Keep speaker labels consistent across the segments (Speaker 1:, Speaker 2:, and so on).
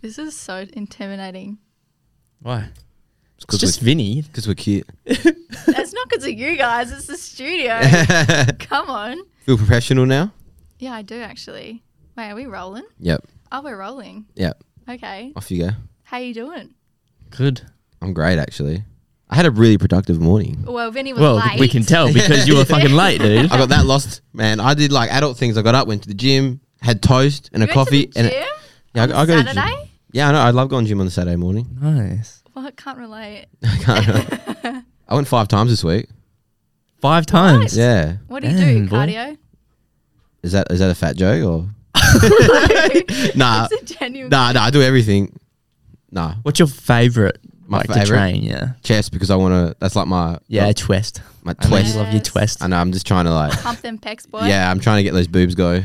Speaker 1: This is so intimidating.
Speaker 2: Why?
Speaker 3: It's just Vinny.
Speaker 4: because we're cute.
Speaker 1: That's not because of you guys. It's the studio. Come on.
Speaker 4: Feel professional now.
Speaker 1: Yeah, I do actually. Wait, are we rolling?
Speaker 4: Yep.
Speaker 1: Oh, we're rolling.
Speaker 4: Yep.
Speaker 1: Okay.
Speaker 4: Off you go.
Speaker 1: How you doing?
Speaker 2: Good.
Speaker 4: I'm great actually. I had a really productive morning.
Speaker 1: Well, Vinny was
Speaker 2: Well,
Speaker 1: late.
Speaker 2: we can tell because you were fucking late, dude.
Speaker 4: I got that lost, man. I did like adult things. I got up, went to the gym, had toast and
Speaker 1: You
Speaker 4: a
Speaker 1: went
Speaker 4: coffee,
Speaker 1: to the
Speaker 4: and
Speaker 1: gym?
Speaker 4: yeah,
Speaker 1: on
Speaker 4: I, I go to the gym.
Speaker 1: Saturday.
Speaker 4: Yeah, I know. I love going to gym on the Saturday morning.
Speaker 2: Nice.
Speaker 1: Well, I can't relate.
Speaker 4: I can't. I went five times this week.
Speaker 2: Five times.
Speaker 4: Yeah.
Speaker 1: What do you
Speaker 2: Damn,
Speaker 1: do?
Speaker 2: boy.
Speaker 1: Cardio.
Speaker 4: Is that is that a fat joke or? nah,
Speaker 1: It's a genuine.
Speaker 4: Uh, nah, nah. I do everything. Nah,
Speaker 2: What's your favorite?
Speaker 4: My
Speaker 2: like to
Speaker 4: favourite?
Speaker 2: train, yeah.
Speaker 4: chest because I want to. That's like my
Speaker 2: Yeah, twist.
Speaker 4: my
Speaker 2: I know you
Speaker 4: twist.
Speaker 2: love your
Speaker 1: Yes.
Speaker 2: twist.
Speaker 4: I know. I'm just trying to like.
Speaker 1: Pump them pecs, boy.
Speaker 4: Yeah, I'm trying to get those boobs go,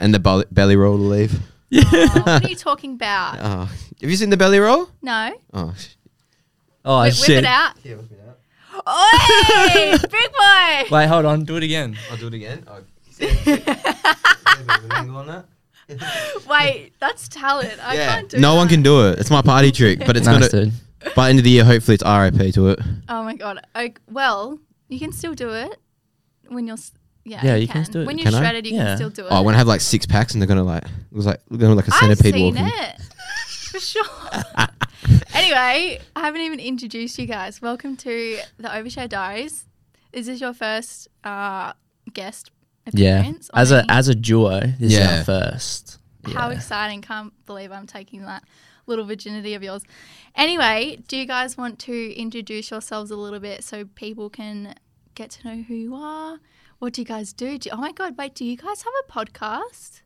Speaker 4: and the belly, belly roll to leave.
Speaker 1: Oh, what are you talking about?
Speaker 4: Oh, have you seen the belly roll?
Speaker 1: No.
Speaker 4: Oh, sh-
Speaker 2: Oh
Speaker 1: Whip, whip
Speaker 2: shit.
Speaker 1: it out.
Speaker 4: yeah, whip it out.
Speaker 1: Oi, big boy.
Speaker 2: Wait, hold on. Do it again.
Speaker 4: I'll do it again. Oh. I'll
Speaker 1: Wait, that's talent. I
Speaker 4: yeah,
Speaker 1: can't do.
Speaker 4: no one
Speaker 1: that.
Speaker 4: can do it. It's my party trick, but it's
Speaker 2: nice,
Speaker 4: gonna
Speaker 2: dude.
Speaker 4: by the end of the year. Hopefully, it's RIP to it.
Speaker 1: Oh my god. I, well, you can still do it when you're. s- Yeah,
Speaker 2: Yeah, you can still do it.
Speaker 1: When you're
Speaker 4: Can I?
Speaker 1: shredded, you
Speaker 2: Yeah.
Speaker 1: can still do it.
Speaker 4: Oh, I want to have like six packs, and they're gonna like it was like they're gonna like a
Speaker 1: I've
Speaker 4: centipede
Speaker 1: seen
Speaker 4: walking.
Speaker 1: it for sure. anyway, I haven't even introduced you guys. Welcome to the Overshare Diaries. Is this your first uh, guest
Speaker 2: Yeah.
Speaker 1: appearance?
Speaker 2: As a
Speaker 1: Only-
Speaker 2: as a duo, this is
Speaker 4: Yeah.
Speaker 2: our first.
Speaker 1: How
Speaker 2: Yeah.
Speaker 1: exciting. Can't believe I'm taking that little virginity of yours. Anyway, do you guys want to introduce yourselves a little bit so people can get to know who you are? What do you guys do? do you- oh my God, wait, do you guys have a podcast?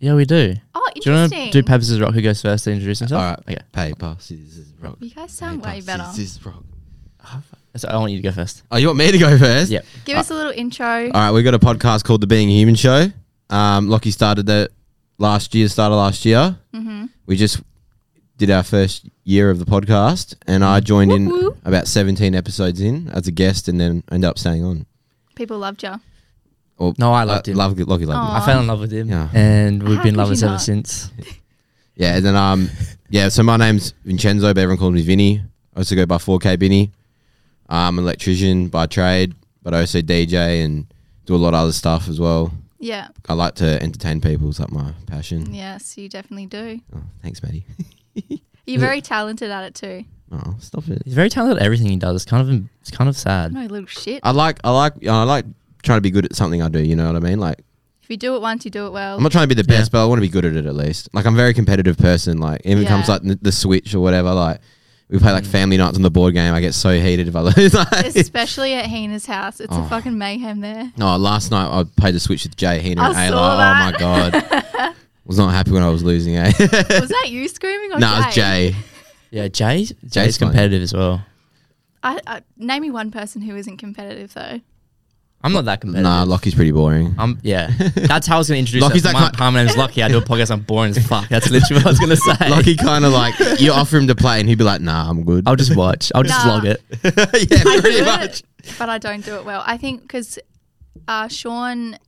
Speaker 2: Yeah, we do.
Speaker 1: Oh,
Speaker 2: Do you want
Speaker 1: interesting.
Speaker 2: to do Pappas' Rock? Who goes first to introduce himself?
Speaker 4: All right,
Speaker 2: Okay.
Speaker 4: paper, scissors, rock.
Speaker 1: you guys sound way
Speaker 4: Paper,
Speaker 1: better.
Speaker 4: Scissors, rock.
Speaker 2: So I want you to go first.
Speaker 4: Oh, you want me to go first?
Speaker 2: Yep.
Speaker 1: Give
Speaker 4: uh,
Speaker 1: us a little intro.
Speaker 4: All right, we got a podcast called The Being Human Show. Um, Lockie started that last year, started last year.
Speaker 1: Mhm.
Speaker 4: We just did our first year of the podcast, and I joined in
Speaker 1: Whoop whoop.
Speaker 4: about 17 episodes in as a guest, and then ended up staying on.
Speaker 1: People loved you.
Speaker 4: Or,
Speaker 2: No, I loved him.
Speaker 4: Love, Lockie loved me.
Speaker 1: Aw.
Speaker 2: Uh, I fell in love with him,
Speaker 4: Yeah.
Speaker 2: and we've
Speaker 1: How
Speaker 2: been
Speaker 1: could
Speaker 2: lovers
Speaker 1: you
Speaker 2: ever
Speaker 1: not?
Speaker 2: since.
Speaker 4: Yeah, and then um, yeah. So my name's Vincenzo, but everyone calls me Vinny. I also go by 4K Vinny. I'm an electrician by trade, but I also DJ and do a lot of other stuff as well.
Speaker 1: Yeah.
Speaker 4: I like to entertain people. It's like my passion.
Speaker 1: Yes, you definitely do.
Speaker 4: Oh, thanks, Maddie.
Speaker 1: You're very talented at it too.
Speaker 4: Oh, stop it.
Speaker 2: He's very talented at everything he does. It's kind of it's kind of sad.
Speaker 1: No little shit.
Speaker 4: I like I like I like trying to be good at something I do. You know what I mean? Like
Speaker 1: If you do it once, you do it well.
Speaker 4: I'm not trying to be the
Speaker 2: Yeah.
Speaker 4: best, but I want to be good at it at least. Like I'm a very competitive person. Like even
Speaker 1: Yeah.
Speaker 4: comes like the, the Switch or whatever. Like we play like
Speaker 2: Mm.
Speaker 4: family nights on the board game. I get so heated if I lose. like,
Speaker 1: Especially at Heena's house. It's
Speaker 4: Oh.
Speaker 1: a fucking mayhem there.
Speaker 4: no, last night I played the Switch with Jay Heenan
Speaker 1: I
Speaker 4: and Ayla.
Speaker 1: saw
Speaker 4: Oh my god, was not happy when I was losing. Eh?
Speaker 1: Was that you screaming or
Speaker 4: no, nah, it was Jay.
Speaker 2: Yeah, Jay's Jay's
Speaker 4: Jay's fine.
Speaker 2: competitive as well.
Speaker 1: I, I, name me one person who isn't competitive though.
Speaker 2: I'm not that competitive.
Speaker 4: Nah, Lockie's pretty boring.
Speaker 2: I'm yeah. That's how I was gonna introduce.
Speaker 4: Lucky's
Speaker 2: Lucky's that
Speaker 4: that
Speaker 2: my,
Speaker 4: kind-
Speaker 2: hi, my name's Lucky. I do a podcast. I'm boring as fuck. That's literally what I was gonna say.
Speaker 4: Lockie kind of like you offer him to play and he'd be like, "Nah, I'm good."
Speaker 2: I'll just watch. I'll just
Speaker 1: Nah.
Speaker 2: log it.
Speaker 4: yeah, pretty
Speaker 1: do it,
Speaker 4: much.
Speaker 1: but I don't do it well. I think because uh, Sean,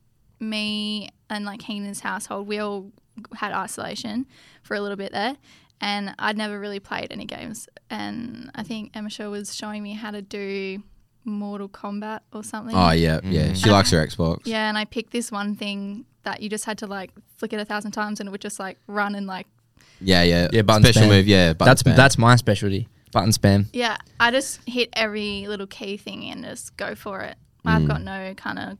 Speaker 1: me, and like Heena's household, we all had isolation for a little bit there, and I'd never really played any games. And I think Emisha was showing me how to do Mortal Kombat or something.
Speaker 4: Oh yeah,
Speaker 2: Mm.
Speaker 4: yeah. She likes her Xbox.
Speaker 1: Yeah, and I picked this one thing that you just had to like flick it a thousand times, and it would just like run and like
Speaker 4: Yeah, yeah.
Speaker 2: Yeah, button
Speaker 4: Special
Speaker 2: spam.
Speaker 4: move, yeah. Button
Speaker 2: that's
Speaker 4: spam.
Speaker 2: that's my specialty. Button spam.
Speaker 1: Yeah, I just hit every little key thing and just go for it. I've got no kind of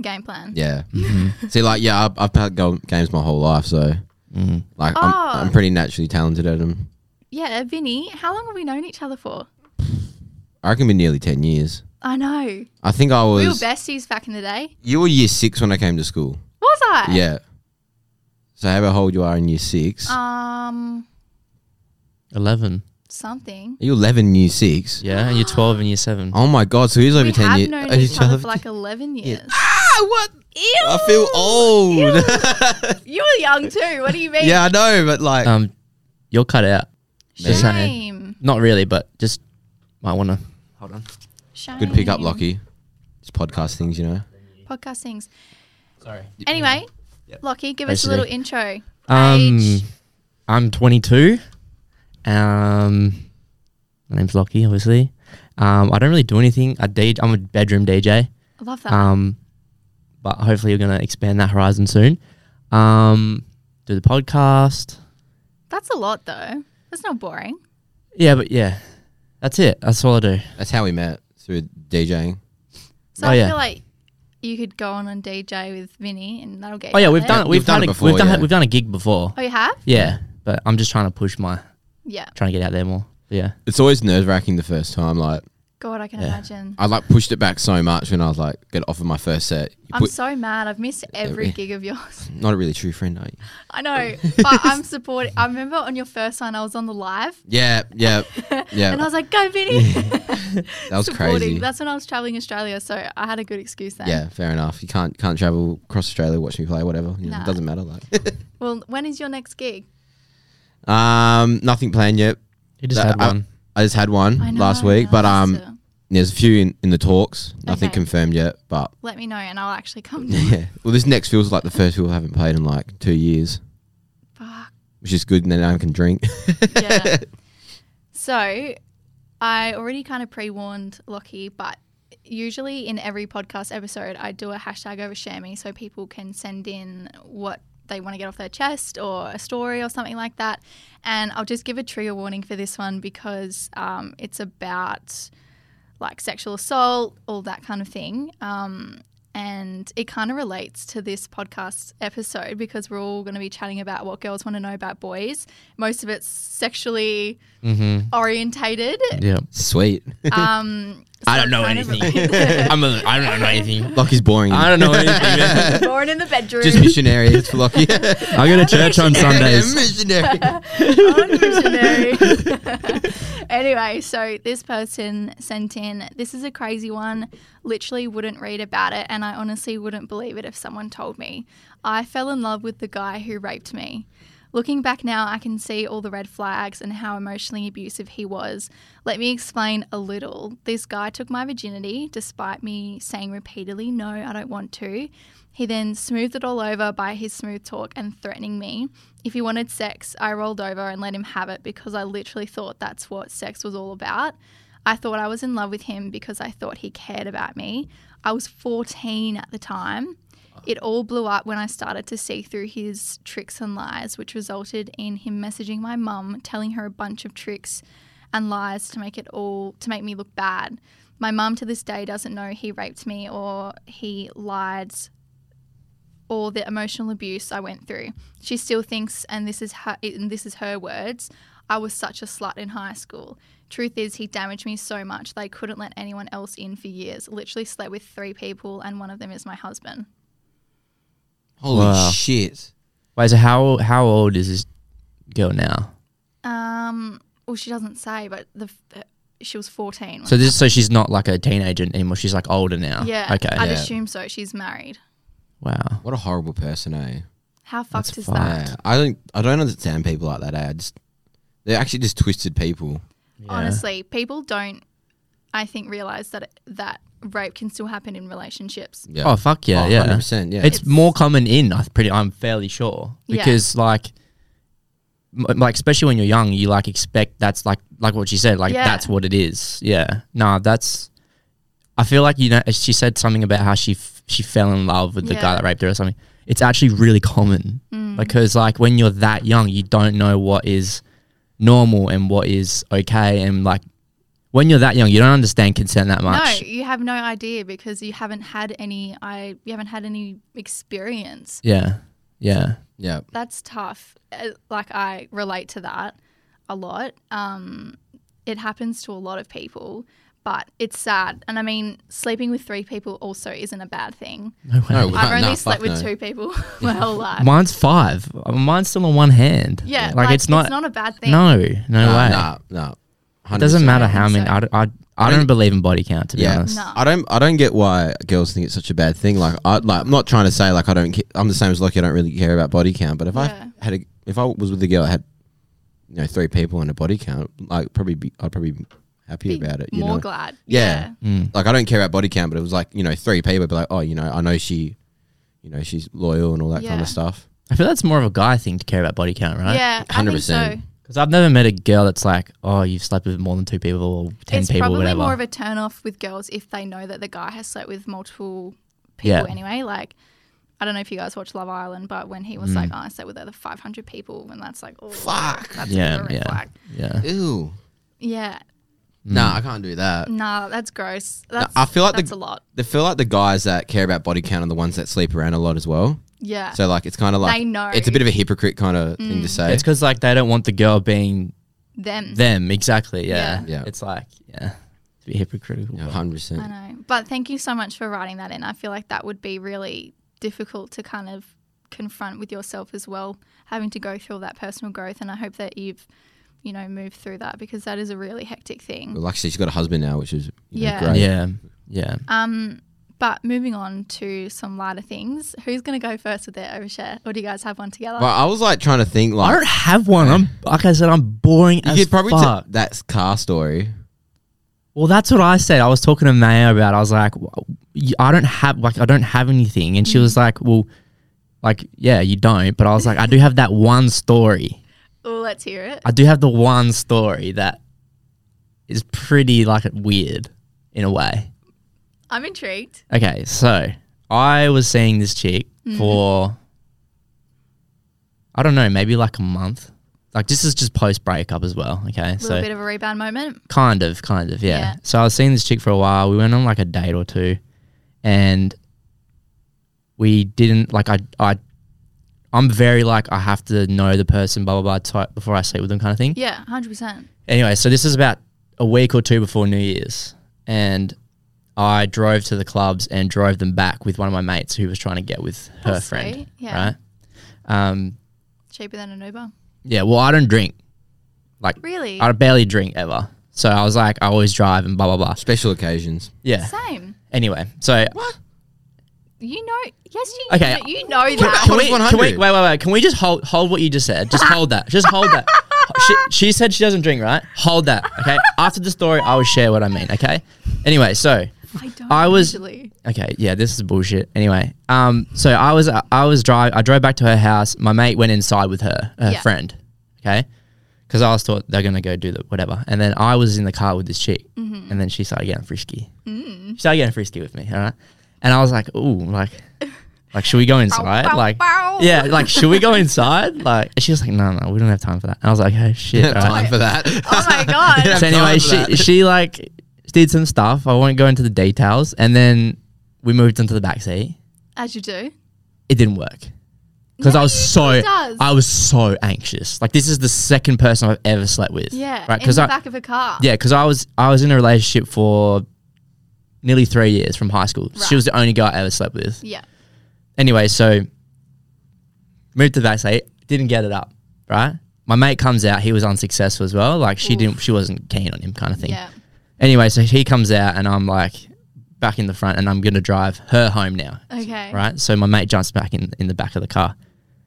Speaker 1: game plan.
Speaker 4: Mm. yeah. See, like, yeah, I've, I've played go- games my whole life, so
Speaker 2: Mm-hmm.
Speaker 4: like,
Speaker 1: Oh.
Speaker 4: I'm, I'm pretty naturally talented at them.
Speaker 1: Yeah, Vinny, how long have we known each other for?
Speaker 4: I reckon we're nearly ten years.
Speaker 1: I know.
Speaker 4: I think I was.
Speaker 1: We were besties back in the day.
Speaker 4: you were year six when I came to school.
Speaker 1: Was I?
Speaker 4: Yeah. So however old you are in year
Speaker 1: Oh.
Speaker 4: six,
Speaker 1: Um,
Speaker 2: Eleven.
Speaker 1: something.
Speaker 4: you're eleven in year six.
Speaker 2: Yeah, and you're twelve and you're seven.
Speaker 4: Oh my god! So he's over
Speaker 1: we
Speaker 4: ten
Speaker 1: have
Speaker 4: years.
Speaker 1: known
Speaker 4: Oh,
Speaker 1: each
Speaker 4: he's
Speaker 1: other
Speaker 4: over
Speaker 1: for
Speaker 4: 10
Speaker 1: like 11 years.
Speaker 4: ah, what? I feel old.
Speaker 1: You were young too. What do you mean?
Speaker 4: yeah, I know, but like,
Speaker 2: Um, you're cut out. Just saying.
Speaker 1: Shame.
Speaker 2: Not really, but just might wanna. Hold on.
Speaker 1: Shame.
Speaker 4: good pick up, Lockie. It's podcast things, you know.
Speaker 1: Podcast things.
Speaker 2: Sorry.
Speaker 1: Anyway, Lockie, give us a
Speaker 4: Basically. Um,
Speaker 1: little intro. Age.
Speaker 2: Um, I'm 22. Um, my name's Lockie, obviously. Um, I don't really do anything. I D- I'm a bedroom DJ.
Speaker 1: I love that.
Speaker 2: Um, but hopefully, you're going to expand that horizon soon. Um, do the podcast.
Speaker 1: That's a lot though. That's not boring.
Speaker 2: Yeah, but yeah, that's it. That's all I do.
Speaker 4: That's how we met through DJing.
Speaker 1: So
Speaker 2: Oh,
Speaker 1: I
Speaker 2: yeah.
Speaker 1: feel like you could go on and DJ with Vinny, and that'll get.
Speaker 2: Oh
Speaker 1: you
Speaker 2: yeah,
Speaker 1: out
Speaker 2: we've
Speaker 1: there.
Speaker 2: done it. We've, done, it before. We've done
Speaker 4: yeah.
Speaker 2: we've done a gig before.
Speaker 1: Oh, you have?
Speaker 2: Yeah, but I'm just trying to push my
Speaker 1: Yeah.
Speaker 2: trying to get out there more. Yeah,
Speaker 4: It's always nerve wracking the first time. Like
Speaker 1: God, I can
Speaker 2: Yeah.
Speaker 1: imagine.
Speaker 4: I like pushed it back so much when I was like, get off of my first set. You
Speaker 1: I'm
Speaker 4: put-
Speaker 1: so mad. I've missed every
Speaker 4: Every-
Speaker 1: gig of yours.
Speaker 4: not a really true friend, are you?
Speaker 1: I know, but I'm supporting. I remember on your first one, I was on the live,
Speaker 4: Yeah, yeah, yeah.
Speaker 1: and I was like, "Go, Vinny!"
Speaker 4: that was
Speaker 1: Supporting.
Speaker 4: crazy.
Speaker 1: That's when I was traveling Australia, so I had a good excuse then.
Speaker 4: Yeah, fair enough. You can't can't travel across Australia, watch me play, whatever. You know,
Speaker 1: Nah.
Speaker 4: It doesn't matter. Like,
Speaker 1: Well, when is your next gig?
Speaker 4: um, nothing planned yet.
Speaker 2: you just
Speaker 4: That-
Speaker 2: had
Speaker 4: I-
Speaker 2: one.
Speaker 4: I just had one
Speaker 1: I know,
Speaker 4: last week,
Speaker 1: I
Speaker 4: but
Speaker 1: lost
Speaker 4: um,
Speaker 1: it.
Speaker 4: there's a few in, in the talks. Nothing
Speaker 1: Okay.
Speaker 4: confirmed yet, but
Speaker 1: let me know, and I'll actually come.
Speaker 4: yeah. Well, this next feels like the first we haven't played in like two years,
Speaker 1: Fuck.
Speaker 4: which is good. And then I can drink.
Speaker 1: Yeah. so I already kind of pre warned Lockie, but usually in every podcast episode, I do a hashtag over share me so people can send in what they want to get off their chest or a story or something like that. And I'll just give a trigger warning for this one because um, it's about like sexual assault, all that kind of thing. Um, and it kind of relates to this podcast episode because we're all going to be chatting about what girls want to know about boys. Most of it's sexually
Speaker 2: Mm-hmm.
Speaker 1: orientated.
Speaker 2: Yeah.
Speaker 4: Sweet.
Speaker 1: Um,
Speaker 2: I
Speaker 1: so
Speaker 2: don't know
Speaker 1: kind of
Speaker 2: anything.
Speaker 1: related.
Speaker 2: I'm a, I don't know anything.
Speaker 4: Lockie's boring.
Speaker 2: I don't know anything.
Speaker 1: Born in the bedroom.
Speaker 4: Just missionary it's for Lockie.
Speaker 2: I go to church on Sundays.
Speaker 4: missionary.
Speaker 1: I'm a missionary. anyway, so this person sent in this is a crazy one. Literally wouldn't read about it, and I honestly wouldn't believe it if someone told me. I fell in love with the guy who raped me. Looking back now, I can see all the red flags and how emotionally abusive he was. Let me explain a little. This guy took my virginity despite me saying repeatedly, no, I don't want to. He then smoothed it all over by his smooth talk and threatening me. If he wanted sex, I rolled over and let him have it because I literally thought that's what sex was all about. I thought I was in love with him because I thought he cared about me. I was 14 at the time. It all blew up when I started to see through his tricks and lies, which resulted in him messaging my mum, telling her a bunch of tricks and lies to make it all to make me look bad. My mum to this day doesn't know he raped me or he lied or the emotional abuse I went through. She still thinks, and this is her, and this is her words, I was such a slut in high school. Truth is, he damaged me so much they couldn't let anyone else in for years. Literally slept with three people, and one of them is my husband.
Speaker 4: Holy
Speaker 2: Wow.
Speaker 4: shit.
Speaker 2: Wait, so how how old is this girl now?
Speaker 1: Um, well, she doesn't say, but the f- uh, she was fourteen.
Speaker 2: So this so she's not like a teenager anymore. She's like older now.
Speaker 1: yeah,
Speaker 2: Okay.
Speaker 1: I'd
Speaker 4: Yeah.
Speaker 1: assume so. She's married.
Speaker 2: wow.
Speaker 4: What a horrible person, eh?
Speaker 1: How fucked
Speaker 2: That's
Speaker 1: is
Speaker 2: fucked.
Speaker 1: that?
Speaker 4: Yeah, I don't. I don't understand people like that. Eh? I just they're actually just twisted people.
Speaker 2: Yeah.
Speaker 1: Honestly, people don't, I think, realize that that rape can still happen in relationships.
Speaker 4: Yeah.
Speaker 2: Oh fuck yeah, yeah.
Speaker 4: 100%, yeah.
Speaker 2: It's,
Speaker 1: It's-
Speaker 2: more common in I pretty I'm fairly sure
Speaker 1: Yeah.
Speaker 2: because like m- like especially when you're young you like expect that's like like what she said like
Speaker 1: Yeah.
Speaker 2: that's what it is. Yeah. Nah, that's I feel like you know she said something about how she f- she fell in love with the
Speaker 1: Yeah. Mm.
Speaker 2: guy that raped her or something. It's actually really common because like when you're that young you don't know what is normal and what is okay and like when you're that young you don't understand consent that much.
Speaker 1: No, you have no idea because you haven't had any. I you haven't had any experience.
Speaker 2: Yeah. Yeah.
Speaker 4: Yeah.
Speaker 1: That's tough. Uh, Like I relate to that a lot. Um, it happens to a lot of people, but it's sad. And I mean, sleeping with three people also isn't a bad thing.
Speaker 2: No way.
Speaker 4: No,
Speaker 1: I've only
Speaker 4: nah,
Speaker 1: slept
Speaker 4: fuck
Speaker 1: with
Speaker 4: no.
Speaker 1: two people my whole life.
Speaker 2: Mine's five. Mine's still on one hand.
Speaker 1: yeah,
Speaker 2: like, it's not.
Speaker 1: a bad thing.
Speaker 2: no, no way.
Speaker 4: Nah. Nah.
Speaker 2: it doesn't matter
Speaker 1: I
Speaker 2: how
Speaker 1: think
Speaker 2: many.
Speaker 1: so.
Speaker 2: I, d- I, d- I don't believe in body count to be
Speaker 4: Yeah.
Speaker 2: honest.
Speaker 1: No.
Speaker 4: I don't. I don't get why girls think it's such a bad thing. Like, I like. I'm not trying to say like I don't. Ca- I'm the same as Lucky. I don't really care about body count. But if
Speaker 1: Yeah.
Speaker 4: I had a, if I was with a girl that had, you know, three people and a body count, like probably be, I'd probably be happy
Speaker 1: Be
Speaker 4: about it. You
Speaker 1: more
Speaker 4: know.
Speaker 1: glad.
Speaker 4: Yeah.
Speaker 2: Mm.
Speaker 4: Like I don't care about body count, but it was like you know three people. But like, oh, you know, I know she, you know, she's loyal and all that
Speaker 1: Yeah.
Speaker 4: kind of stuff.
Speaker 2: I feel that's more of a guy thing to care about body count, right?
Speaker 1: Yeah, hundred
Speaker 4: 100%.
Speaker 1: percent.
Speaker 2: Because I've never met a girl that's like, oh, you've slept with more than two people or ten
Speaker 1: It's
Speaker 2: people,
Speaker 1: probably
Speaker 2: whatever.
Speaker 1: more of a turn off with girls if they know that the guy has slept with multiple people
Speaker 2: Yeah.
Speaker 1: anyway. Like, I don't know if you guys watch Love Island, but when he was like, oh, I slept with over 500 people, and that's like, oh,
Speaker 4: Mm. Fuck.
Speaker 1: That's a
Speaker 2: Yeah,
Speaker 1: bit of a red
Speaker 2: yeah.
Speaker 1: flag.
Speaker 2: yeah.
Speaker 4: Ew.
Speaker 1: Yeah.
Speaker 4: Nah, I can't do that.
Speaker 1: Nah, that's gross. That's,
Speaker 4: I feel like the-
Speaker 1: that's a lot.
Speaker 4: They feel like the guys that care about body count are the ones that sleep around a lot as well.
Speaker 1: Yeah.
Speaker 4: So like it's kind of like
Speaker 1: Uh, They know. Mm.
Speaker 4: it's a bit of a hypocrite kind of thing to say.
Speaker 2: It's because like they don't want the girl being
Speaker 1: Them.
Speaker 2: them. Exactly. Yeah.
Speaker 4: Yeah. Yeah.
Speaker 2: It's like yeah, it's a bit hypocritical. but-
Speaker 4: hundred
Speaker 1: I
Speaker 4: percent.
Speaker 1: know. But thank you so much for writing that in. I feel like that would be really difficult to kind of confront with yourself as well, having to go through all that personal growth. And I hope that you've, you know, moved through that because that is a really hectic thing.
Speaker 4: Well, actually, she's got a husband now, which is you know,
Speaker 1: Yeah.
Speaker 4: great.
Speaker 2: Yeah. Yeah.
Speaker 1: Um, but moving on to some lighter things, who's going to go first with their overshare? Or do you guys have one together?
Speaker 4: But I was like trying to think
Speaker 2: I
Speaker 4: like
Speaker 2: don't have one. I'm like I said, I'm boring
Speaker 4: you
Speaker 2: as
Speaker 4: could probably
Speaker 2: fuck.
Speaker 4: t- that's car story.
Speaker 2: well, that's what I said. I was talking to Maya about. it. I was like, "W- you- I don't have like I don't have anything, and she was
Speaker 1: Mm.
Speaker 2: like, well, like yeah, you don't. But I was like, I do have that one story.
Speaker 1: oh, let's hear it.
Speaker 2: I do have the one story that is pretty like weird in a way.
Speaker 1: I'm intrigued.
Speaker 2: Okay, so I was seeing this chick
Speaker 1: Mm.
Speaker 2: for I don't know, maybe like a month. Like this is just post breakup as well. Okay,
Speaker 1: A little
Speaker 2: so
Speaker 1: bit of a rebound moment.
Speaker 2: kind of, kind of, yeah.
Speaker 1: Yeah.
Speaker 2: So I was seeing this chick for a while. We went on like a date or two, and we didn't like. I, I, I'm very like I have to know the person, blah blah blah, type before I sleep with them, kind of thing
Speaker 1: Yeah, 100%.
Speaker 2: anyway, so this is about a week or two before New Year's, and I drove to the clubs and drove them back with one of my mates who was trying to get with her
Speaker 1: That's
Speaker 2: friend.
Speaker 1: sweet, yeah.
Speaker 2: Right. Um,
Speaker 1: Cheaper than an Uber.
Speaker 2: yeah. Well, I don't drink. Like
Speaker 1: Really?
Speaker 2: I barely drink ever. So I was like, I always drive and blah blah blah.
Speaker 4: Special occasions.
Speaker 2: Yeah.
Speaker 1: Same.
Speaker 2: Anyway, so
Speaker 1: You know, yes, you,
Speaker 2: Okay.
Speaker 1: you know that.
Speaker 2: can
Speaker 4: What
Speaker 2: we,
Speaker 4: is
Speaker 2: can we
Speaker 4: 100?
Speaker 2: wait wait wait? Can we just hold hold what you just said? Just hold that. Just hold that. She, she said she doesn't drink, right? Hold that. Okay. After the story, I will share what I mean. Okay. Anyway, so
Speaker 1: I don't
Speaker 2: I was-
Speaker 1: usually.
Speaker 2: Okay, yeah, this is bullshit. Anyway, um, so I was I was drive I drove back to her house. My mate went inside with her, her
Speaker 1: Yeah.
Speaker 2: friend. Okay, because I was thought they're gonna go do the whatever, and then I was in the car with this chick,
Speaker 1: Mm-hmm.
Speaker 2: and then she started getting frisky.
Speaker 1: Mm.
Speaker 2: She started getting frisky with me. All right, and I was like, ooh, like, like should we go inside?
Speaker 1: bow,
Speaker 2: like,
Speaker 1: bow.
Speaker 2: yeah, like should we go inside? Like, and she was like, no, no, we don't have time for that. And I was like, oh shit, all right."
Speaker 4: Time for that.
Speaker 1: Oh my god.
Speaker 4: Yeah.
Speaker 2: so
Speaker 4: I'm sorry
Speaker 2: anyway,
Speaker 4: for
Speaker 2: she
Speaker 4: that.
Speaker 2: she like did some stuff. I won't go into the details. And then we moved into the back seat.
Speaker 1: As you do.
Speaker 2: It didn't work because
Speaker 1: No,
Speaker 2: I was
Speaker 1: it
Speaker 2: so
Speaker 1: usually does.
Speaker 2: I was so anxious. Like this is the second person I've ever slept with.
Speaker 1: Yeah.
Speaker 2: right.
Speaker 1: in
Speaker 2: Because
Speaker 1: the
Speaker 2: I
Speaker 1: back of a car.
Speaker 2: yeah because I was I was in a relationship for nearly three years from high school.
Speaker 1: Right.
Speaker 2: She was the only girl I ever slept with.
Speaker 1: Yeah.
Speaker 2: Anyway, so moved to the back seat. Didn't get it up. Right. My mate comes out. He was unsuccessful as well. Like she
Speaker 1: Oof.
Speaker 2: didn't. She wasn't keen on him, kind of thing.
Speaker 1: Yeah.
Speaker 2: Anyway, so he comes out and I'm like back in the front and I'm gonna drive her home now.
Speaker 1: Okay.
Speaker 2: Right? So my mate jumps back in in the back of the car.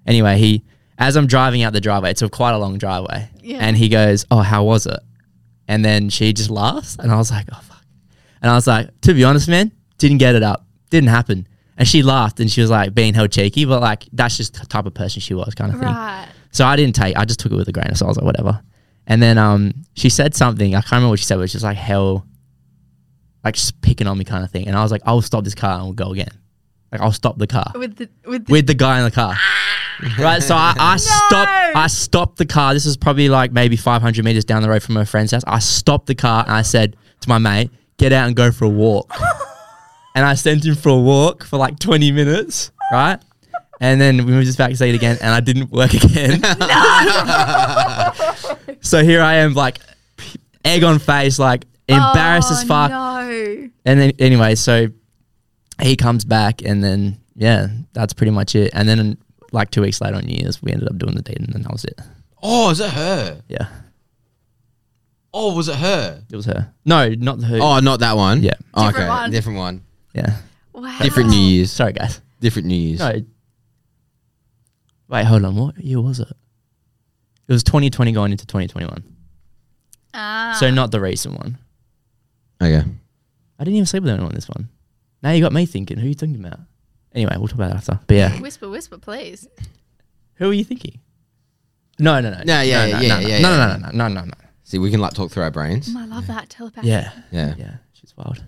Speaker 2: Anyway, he as I'm driving out the driveway, it's a quite a long driveway.
Speaker 1: Yeah.
Speaker 2: And he goes, Oh, how was it? And then she just laughs and I was like, Oh fuck. And I was like, to be honest, man, didn't get it up. Didn't happen. And she laughed and she was like being held cheeky, but like that's just the type of person she was kind of thing.
Speaker 1: Right.
Speaker 2: So I didn't take. I just took it with a grain of salt. I was like, whatever. And then um, she said something. I can't remember what she said, but she was like, hell, like just picking on me kind of thing. And I was like, I'll stop this car and we'll go again. Like I'll stop the car
Speaker 1: With the with the
Speaker 2: with the guy in the car. right. So I, I stopped. I stopped the car. This was probably like maybe 500 meters down the road from her friend's house. I stopped the car and I said to my mate, get out and go for a walk. and I sent him for a walk for like 20 minutes. Right. And then we moved his back seat again, and I didn't work again. so here I am, like egg on face, like embarrassed as
Speaker 1: Oh,
Speaker 2: fuck.
Speaker 1: No.
Speaker 2: And then anyway, so he comes back, and then yeah, that's pretty much it. And then like two weeks later on New Year's, we ended up doing the date, and then that was it.
Speaker 4: Oh, is it her?
Speaker 2: Yeah,
Speaker 4: Oh, was it her?
Speaker 2: it was her. No, not her.
Speaker 4: Oh, not that one.
Speaker 2: Yeah.
Speaker 4: Oh,
Speaker 1: Different
Speaker 4: okay.
Speaker 1: one.
Speaker 4: Different one.
Speaker 2: yeah.
Speaker 1: Wow.
Speaker 4: Different New Year's.
Speaker 2: Sorry, guys.
Speaker 4: Different New Year's.
Speaker 2: No. Wait, hold on. What year was it? It was 2020 going into 2021.
Speaker 1: Ah.
Speaker 2: So not the recent one.
Speaker 4: Okay.
Speaker 2: I didn't even sleep with anyone on this one. Now you got me thinking. Who are you thinking about? Anyway, we'll talk about that after. But yeah,
Speaker 1: whisper, whisper, please.
Speaker 2: Who are you thinking? No, no, no.
Speaker 4: No, yeah,
Speaker 2: no, no,
Speaker 4: yeah,
Speaker 2: no,
Speaker 4: yeah,
Speaker 2: No, no,
Speaker 4: yeah.
Speaker 2: no, no, no, no, no.
Speaker 4: See, we can like talk through our brains.
Speaker 1: Mm, I love that telepathy.
Speaker 2: Yeah,
Speaker 4: Yeah,
Speaker 2: yeah. She's wild.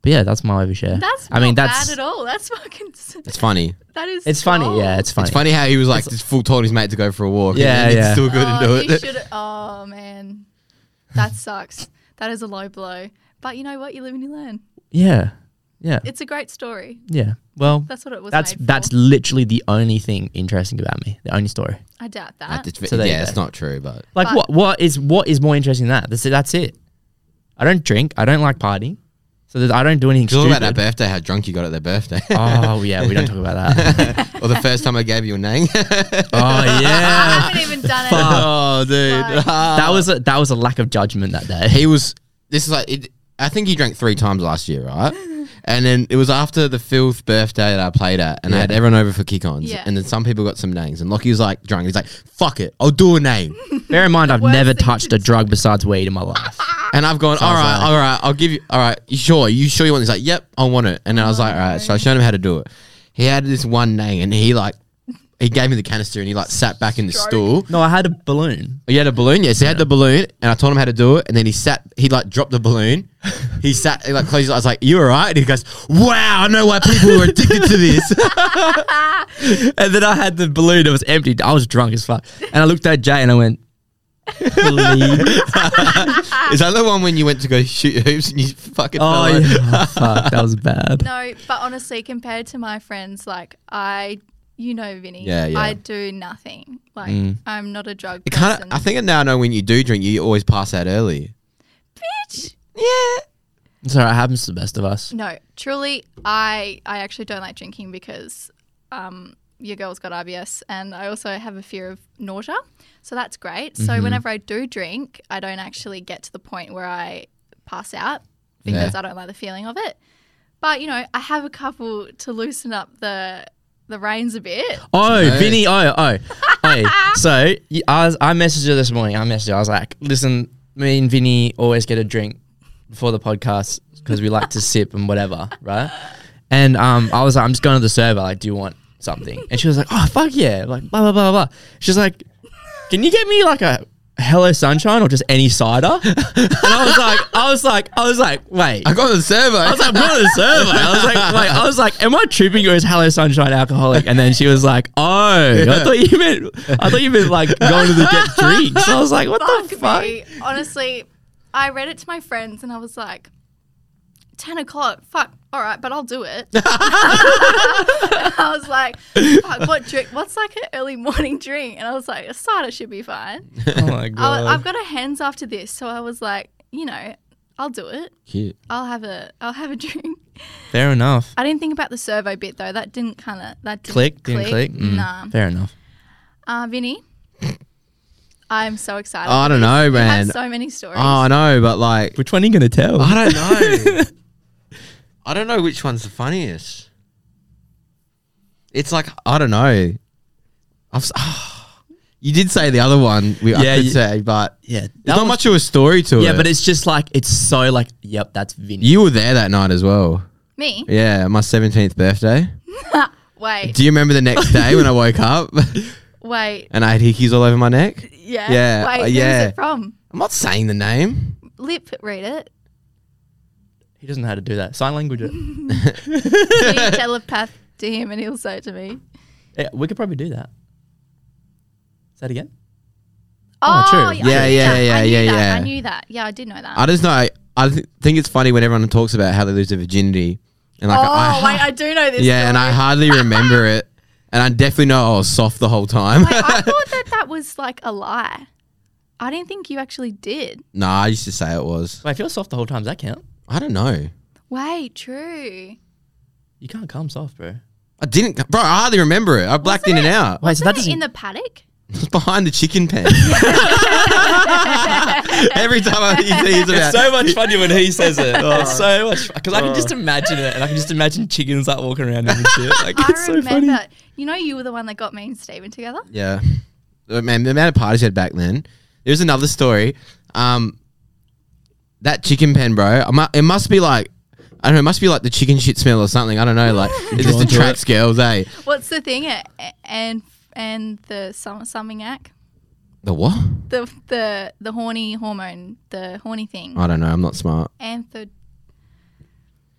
Speaker 2: But yeah, that's my overshare.
Speaker 1: That's
Speaker 2: I mean,
Speaker 1: not
Speaker 2: that's
Speaker 1: bad at all. That's fucking.
Speaker 4: it's funny.
Speaker 1: That is.
Speaker 2: it's funny. Yeah, it's funny.
Speaker 4: It's funny how he was like just full told his mate to go for a walk.
Speaker 2: Yeah,
Speaker 4: and then
Speaker 2: yeah.
Speaker 4: It's still good
Speaker 1: oh,
Speaker 4: to do
Speaker 1: you
Speaker 4: it.
Speaker 1: should. Oh man, that sucks. That is a low blow. But you know what? You live and you learn.
Speaker 2: Yeah, yeah,
Speaker 1: It's a great story.
Speaker 2: yeah. Well,
Speaker 1: That's what it was.
Speaker 2: that's
Speaker 1: made for.
Speaker 2: that's literally the only thing interesting about me. The only story.
Speaker 1: I doubt that.
Speaker 4: Like, it's-
Speaker 2: So there you
Speaker 4: yeah,
Speaker 2: go.
Speaker 4: it's not true, but
Speaker 2: Like
Speaker 1: But-
Speaker 2: what what is what is more interesting than that? That's it. That's it. I don't drink. I don't like partying. So there's- I don't do anything
Speaker 4: talk
Speaker 2: stupid.
Speaker 4: about that birthday, how drunk you got at their birthday,
Speaker 2: oh yeah, we don't talk about that.
Speaker 4: or the first time I gave you a name.
Speaker 2: oh
Speaker 1: I
Speaker 2: yeah.
Speaker 1: haven't even done it.
Speaker 4: oh, dude,
Speaker 1: Fuck.
Speaker 2: That was a that was a lack of judgment that day.
Speaker 4: he was. This is like it, I think he drank three times last year, right? And then it was after the filth birthday that I played at, and I had
Speaker 2: Yeah.
Speaker 4: everyone over for kick ons.
Speaker 1: Yeah.
Speaker 4: And then some people got some names, and Lockie was like drunk. He's like, "Fuck it, I'll do a name."
Speaker 2: Bear in mind, I've
Speaker 1: worst
Speaker 2: never
Speaker 1: thing
Speaker 2: touched
Speaker 1: to
Speaker 2: a drug besides weed in my life.
Speaker 4: And I've gone, all
Speaker 2: I was
Speaker 4: right,
Speaker 2: like-
Speaker 4: all right, I'll give you, all right, you sure? You sure you want this? He's like, yep, I want it. And then I was like, all right. So I
Speaker 1: Oh.
Speaker 4: showed him how to do it. He had this one name and he like, he gave me the canister and he like sat back in the
Speaker 1: Stroke.
Speaker 4: stool.
Speaker 2: No, I had a balloon.
Speaker 4: He had a balloon, yes. He had the balloon and I told him how to do it. And then he sat, he like dropped the balloon. He sat, he like closed his eyes, like, you all right? And he goes, wow, I know why people are addicted to this.
Speaker 2: And then I had the balloon that was empty. I was drunk as fuck. And I looked at Jay and I went, "Please."
Speaker 4: Is that the one when you went to go shoot hoops and you fucking
Speaker 2: Oh,
Speaker 4: fell over?
Speaker 2: yeah. fuck, that was bad.
Speaker 1: No, but honestly, compared to my friends, like I, you know, Vinny,
Speaker 4: Yeah, yeah. Mm.
Speaker 1: I do nothing. Like I'm not a drug
Speaker 4: It kind
Speaker 1: person.
Speaker 4: of, I think now I know when you do drink, you always pass out early.
Speaker 1: Bitch.
Speaker 2: It's all right. It happens to the best of us.
Speaker 1: No, truly, I I actually don't like drinking because um, your girl's got IBS, and I also have a fear of nausea, so that's great.
Speaker 4: Mm-hmm.
Speaker 1: So whenever I do drink, I don't actually get to the point where I pass out because I don't like the feeling of it. But you know, I have a couple to loosen up the the reins a bit.
Speaker 2: Oh,
Speaker 4: Mate.
Speaker 2: Vinny. Oh, oh. oh. So y- I, was, I messaged her this morning. I messaged her. I was like, listen, me and Vinny always get a drink before the podcast because we like to sip and whatever, right? And um, I was like, I'm just going to the server. Like, do you want something? And she was like, oh, fuck yeah. Like, blah, blah, blah, blah. She's like, can you get me like a Hello Sunshine or just any cider? And I was like, I was like, I was like, wait.
Speaker 4: I got on the server.
Speaker 2: I was like, what a survey. I was like, wait, I was like, am I tripping or is Hello Sunshine alcoholic? And then she was like, oh, I thought you meant, I thought you meant like going to the get drinks. I was like, what the
Speaker 1: fuck
Speaker 2: fuck?
Speaker 1: me. Honestly, I read it to my friends and I was like, 10 o'clock, fuck, all right, but I'll do it. And I was like, fuck, what drink? What's like an early morning drink? And I was like, a cider should be fine.
Speaker 2: Oh my
Speaker 1: I, I've
Speaker 2: god.
Speaker 1: got a hens after this. So I was like, you know, I'll do it.
Speaker 4: Cute.
Speaker 1: I'll have a I'll have a drink.
Speaker 2: Fair enough.
Speaker 1: I didn't think about the servo bit though. That didn't kind of that didn't
Speaker 2: Click, didn't click. Mm,
Speaker 1: Nah.
Speaker 2: Fair enough.
Speaker 1: Uh, Vinny, I'm so excited.
Speaker 4: Oh, I don't know,
Speaker 1: I have
Speaker 4: man.
Speaker 1: so many stories.
Speaker 4: Oh, I know, but like,
Speaker 2: Which one are you gonna tell?
Speaker 4: I don't know. I don't know which one's the funniest. It's like I don't know. I've s you did say the other one. We, I
Speaker 2: Yeah,
Speaker 4: could
Speaker 2: you-
Speaker 4: say, but
Speaker 2: yeah.
Speaker 4: there's not much of a story to it.
Speaker 2: Yeah, but it's just like it's so like, yep, that's Vinny.
Speaker 4: you were there that night as well.
Speaker 1: Me?
Speaker 4: Yeah, my seventeenth birthday.
Speaker 1: Wait,
Speaker 4: Do you remember the next day when I woke up
Speaker 1: wait.
Speaker 4: and I had hickeys all over my neck?
Speaker 1: Yeah.
Speaker 4: Yeah,
Speaker 1: Wait,
Speaker 4: uh,
Speaker 1: who's
Speaker 4: yeah.
Speaker 1: it from?
Speaker 4: I'm not saying the name.
Speaker 1: Lip read it.
Speaker 2: he doesn't know how to do that. Sign language. it.
Speaker 1: Be a telepath to him and he'll say it to me.
Speaker 2: Yeah, we could probably do that. Say that again?
Speaker 1: Oh,
Speaker 2: Oh, true.
Speaker 1: I
Speaker 2: Yeah,
Speaker 1: knew
Speaker 4: yeah,
Speaker 1: that. I
Speaker 4: yeah,
Speaker 1: knew
Speaker 4: yeah,
Speaker 1: that. I
Speaker 4: yeah.
Speaker 1: knew that. Yeah, I did know that.
Speaker 4: I just know. I, I th- think it's funny when everyone talks about how they lose their virginity, and like
Speaker 1: oh,
Speaker 4: I,
Speaker 1: wait, I do know this.
Speaker 4: Yeah, and I
Speaker 1: story.
Speaker 4: hardly remember it. And I definitely know I was soft the whole time.
Speaker 1: Wait, I thought that that was like a lie. I didn't think you actually did.
Speaker 4: nah, I used to say it was.
Speaker 2: Wait, if you're soft the whole time, does that count?
Speaker 4: I don't know.
Speaker 1: Wait, true.
Speaker 2: You can't come soft, bro.
Speaker 4: I didn't, bro. I hardly remember it. I blacked
Speaker 1: Wasn't
Speaker 4: in
Speaker 1: it-
Speaker 4: and out.
Speaker 2: Wait, so that
Speaker 1: Wasn't
Speaker 2: doesn't
Speaker 1: it in the paddock?
Speaker 4: It was behind the chicken pen. Every time I hear these about,
Speaker 2: It's so much funnier when he says it.
Speaker 4: Oh.
Speaker 2: It's so much because I can just imagine it, and I can just imagine chickens like walking around and shit. Like
Speaker 1: I
Speaker 2: it's so funny.
Speaker 1: remember. You know, you were the one that got me and Steven together.
Speaker 4: yeah, But man, the amount of parties we had back then. There's another story. Um, that chicken pen, bro. I mu- it must be like. I don't know. It must be like the chicken shit smell or something. I don't know. Like it just
Speaker 2: Drawn to
Speaker 4: attracts girls, eh?
Speaker 1: What's the thing? And and the sum- summing act,
Speaker 4: The what?
Speaker 1: the the the horny hormone, the horny thing.
Speaker 4: I don't know. I'm not smart.
Speaker 1: Anther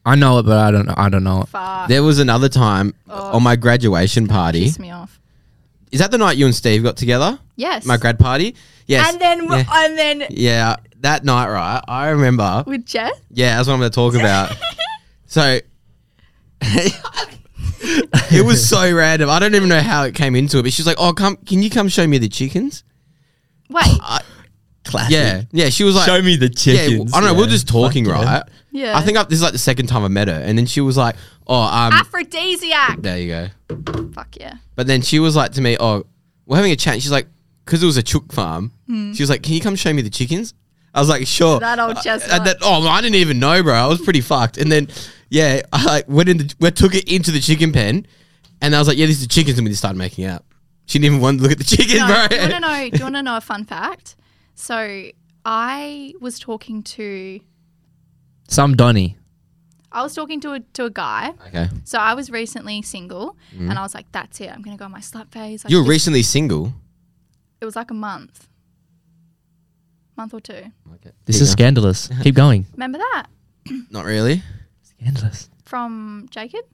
Speaker 2: I know it, but I don't know. I don't know it.
Speaker 1: fuck
Speaker 4: There was another time
Speaker 1: Oh.
Speaker 4: on my graduation party.
Speaker 1: pissed me off.
Speaker 4: Is that the night you and Steve got together?
Speaker 1: Yes.
Speaker 4: My grad party? Yes.
Speaker 1: And then
Speaker 4: Yeah.
Speaker 1: and then
Speaker 4: yeah, that night, right? I remember.
Speaker 1: with Jet.
Speaker 4: Yeah, that's what I'm going to talk about. so it was so random. I don't even know how it came into it, but she's like, "Oh, come, can you come show me the chickens?"
Speaker 1: Wait.
Speaker 4: I,
Speaker 2: Classic.
Speaker 4: yeah, yeah. She was like,
Speaker 2: Show me the
Speaker 4: Yeah, I
Speaker 2: chickens.
Speaker 4: don't know. We We're
Speaker 2: Yeah.
Speaker 4: just talking,
Speaker 2: Fuck yeah.
Speaker 4: right?
Speaker 1: Yeah.
Speaker 4: I think I, this is like the second time I met her, and then she was like, "Oh, um,
Speaker 1: Aphrodisiac.
Speaker 4: there you go."
Speaker 1: Fuck yeah.
Speaker 4: But then she was like to me, "Oh, we're having a chat." And she's like, "Cause it was a chook farm." She was like, "Can you come show me the chickens?" I was like, "Sure."
Speaker 1: Hmm. That old
Speaker 4: Uh,
Speaker 1: chestnut.
Speaker 4: and then- oh, I didn't even know, bro. I was pretty fucked. And then, yeah, I like went in. The, we took it into the chicken pen, and I was like, "Yeah, this is the chickens." And we just started making out. She didn't even want to look at the chickens,
Speaker 1: No,
Speaker 4: bro.
Speaker 1: do you want to know? Do you want to know a fun fact? So I was talking to
Speaker 2: Some Donny.
Speaker 1: I was talking to a, to a guy.
Speaker 4: Okay,
Speaker 1: So I was recently single, and I was like, "That's it. I'm gonna go on my slut phase." Like,
Speaker 4: Mm. you were
Speaker 1: this-
Speaker 4: recently single.
Speaker 1: It was like a month, month or two.
Speaker 4: Okay.
Speaker 2: This is scandalous. Keep going.
Speaker 1: Remember that
Speaker 4: not really.
Speaker 2: Scandalous.
Speaker 1: from Jacob?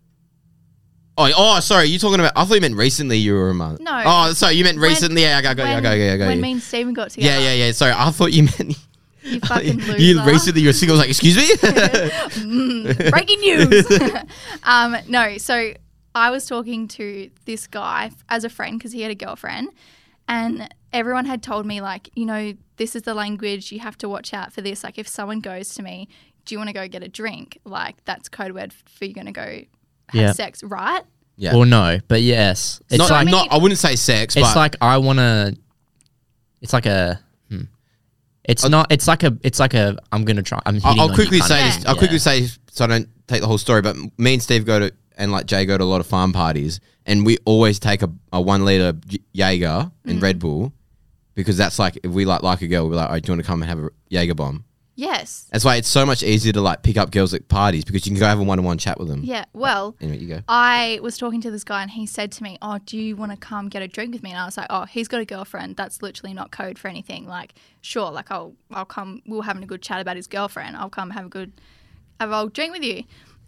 Speaker 4: Oh, oh, sorry. You talking about? I thought you meant recently. You were a month.
Speaker 1: No.
Speaker 4: Oh, sorry. You meant
Speaker 1: When-
Speaker 4: recently. yeah, I got, I got you. I got you. I got
Speaker 1: when
Speaker 4: you.
Speaker 1: me and Steven got together.
Speaker 4: yeah, yeah, yeah. Sorry, I thought you meant.
Speaker 1: You fucking loser.
Speaker 4: you recently you were single. I was like, excuse me.
Speaker 1: Breaking news. um, no, so I was talking to this guy f- as a friend because he had a girlfriend, and everyone had told me like, you know, this is the language you have to watch out for this. Like, if someone goes to me, do you want to go get a drink? Like, that's code word for you're gonna go have
Speaker 2: Yeah.
Speaker 1: sex, right?
Speaker 4: Yeah.
Speaker 2: Or no, but yes. It's
Speaker 4: not,
Speaker 2: like
Speaker 1: I mean-
Speaker 4: not. I wouldn't say sex,
Speaker 2: it's
Speaker 4: but
Speaker 2: like I want to. It's like a. hmm. It's not. It's like a. It's like a. I'm gonna try. I'm.
Speaker 4: I'll,
Speaker 2: hitting
Speaker 4: I'll
Speaker 2: on
Speaker 4: quickly
Speaker 2: you kind
Speaker 4: say
Speaker 2: of-
Speaker 1: Yeah.
Speaker 4: this. I'll quickly say this so I don't take the whole story. But me and Steve go to and like Jay go to a lot of farm parties, and we always take a, a one liter J- Jaeger
Speaker 1: Mm.
Speaker 4: and Red Bull because that's like if we like like a girl, we're like, oh, do you want to come and have a Jaeger bomb?
Speaker 1: Yes.
Speaker 4: That's why it's so much easier to like pick up girls at parties because you can go have a one on one chat with them.
Speaker 1: Yeah. Well.
Speaker 4: Anyway, you go.
Speaker 1: I was talking to this guy and he said to me, Oh, do you want to come get a drink with me? And I was like, Oh, he's got a girlfriend. That's literally not code for anything. Like, sure, like I'll I'll come we were having a good chat about his girlfriend. I'll come have a good have a old drink with you.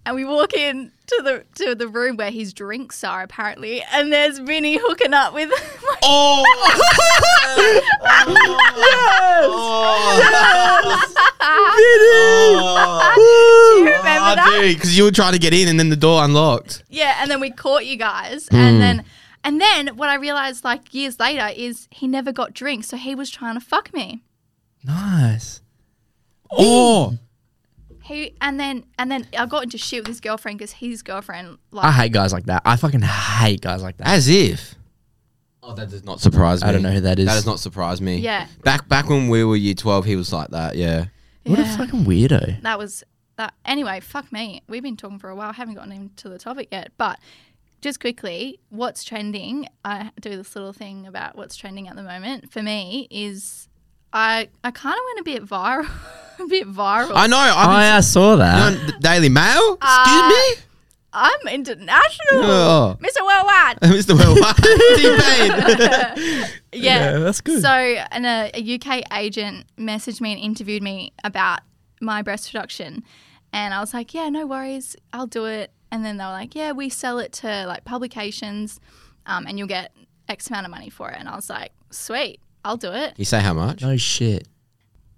Speaker 1: And we walk in to the to the room where his drinks are apparently and there's Vinny hooking up with
Speaker 4: Oh! Oh!
Speaker 1: Do you
Speaker 4: Ah,
Speaker 1: remember that?
Speaker 4: Because you were trying to get in and then the door unlocked.
Speaker 1: Yeah, and then we caught you guys, and then and then what I realized like years later is he never got drinks, so he was trying to fuck me.
Speaker 2: Nice.
Speaker 4: Oh!
Speaker 1: He and then and then I got into shit with his girlfriend because his girlfriend
Speaker 2: I
Speaker 1: like
Speaker 2: hate guys like that. I fucking hate guys like that.
Speaker 4: As if. Oh, that does not surprise me.
Speaker 2: I don't know who that is.
Speaker 4: That does not surprise me.
Speaker 1: Yeah.
Speaker 4: Back back when we were year 12, he was like that, yeah.
Speaker 2: What a
Speaker 1: Yeah.
Speaker 2: fucking weirdo.
Speaker 1: that was that. Anyway, fuck me. We've been talking for a while. I haven't gotten into the topic yet, but just quickly, what's trending? I do this little thing about what's trending at the moment. For me, is I I kind of went a bit viral, a bit viral.
Speaker 4: I know.
Speaker 2: Oh,
Speaker 4: I've
Speaker 2: yeah, I saw
Speaker 4: been
Speaker 2: that.
Speaker 4: on the Daily Mail?
Speaker 1: Uh,
Speaker 4: Excuse me?
Speaker 1: I'm international,
Speaker 4: Oh.
Speaker 1: Mr. Worldwide.
Speaker 2: Uh.
Speaker 4: Mr. Worldwide. T-Pain.
Speaker 1: yeah.
Speaker 2: that's good.
Speaker 1: So, and a, a UK agent messaged me and interviewed me about my breast reduction, and I was like, "Yeah, no worries, I'll do it." And then they were like, "Yeah, we sell it to like publications, um, and you'll get X amount of money for it." And I was like, "Sweet, I'll do it."
Speaker 4: you say how much?
Speaker 2: No shit.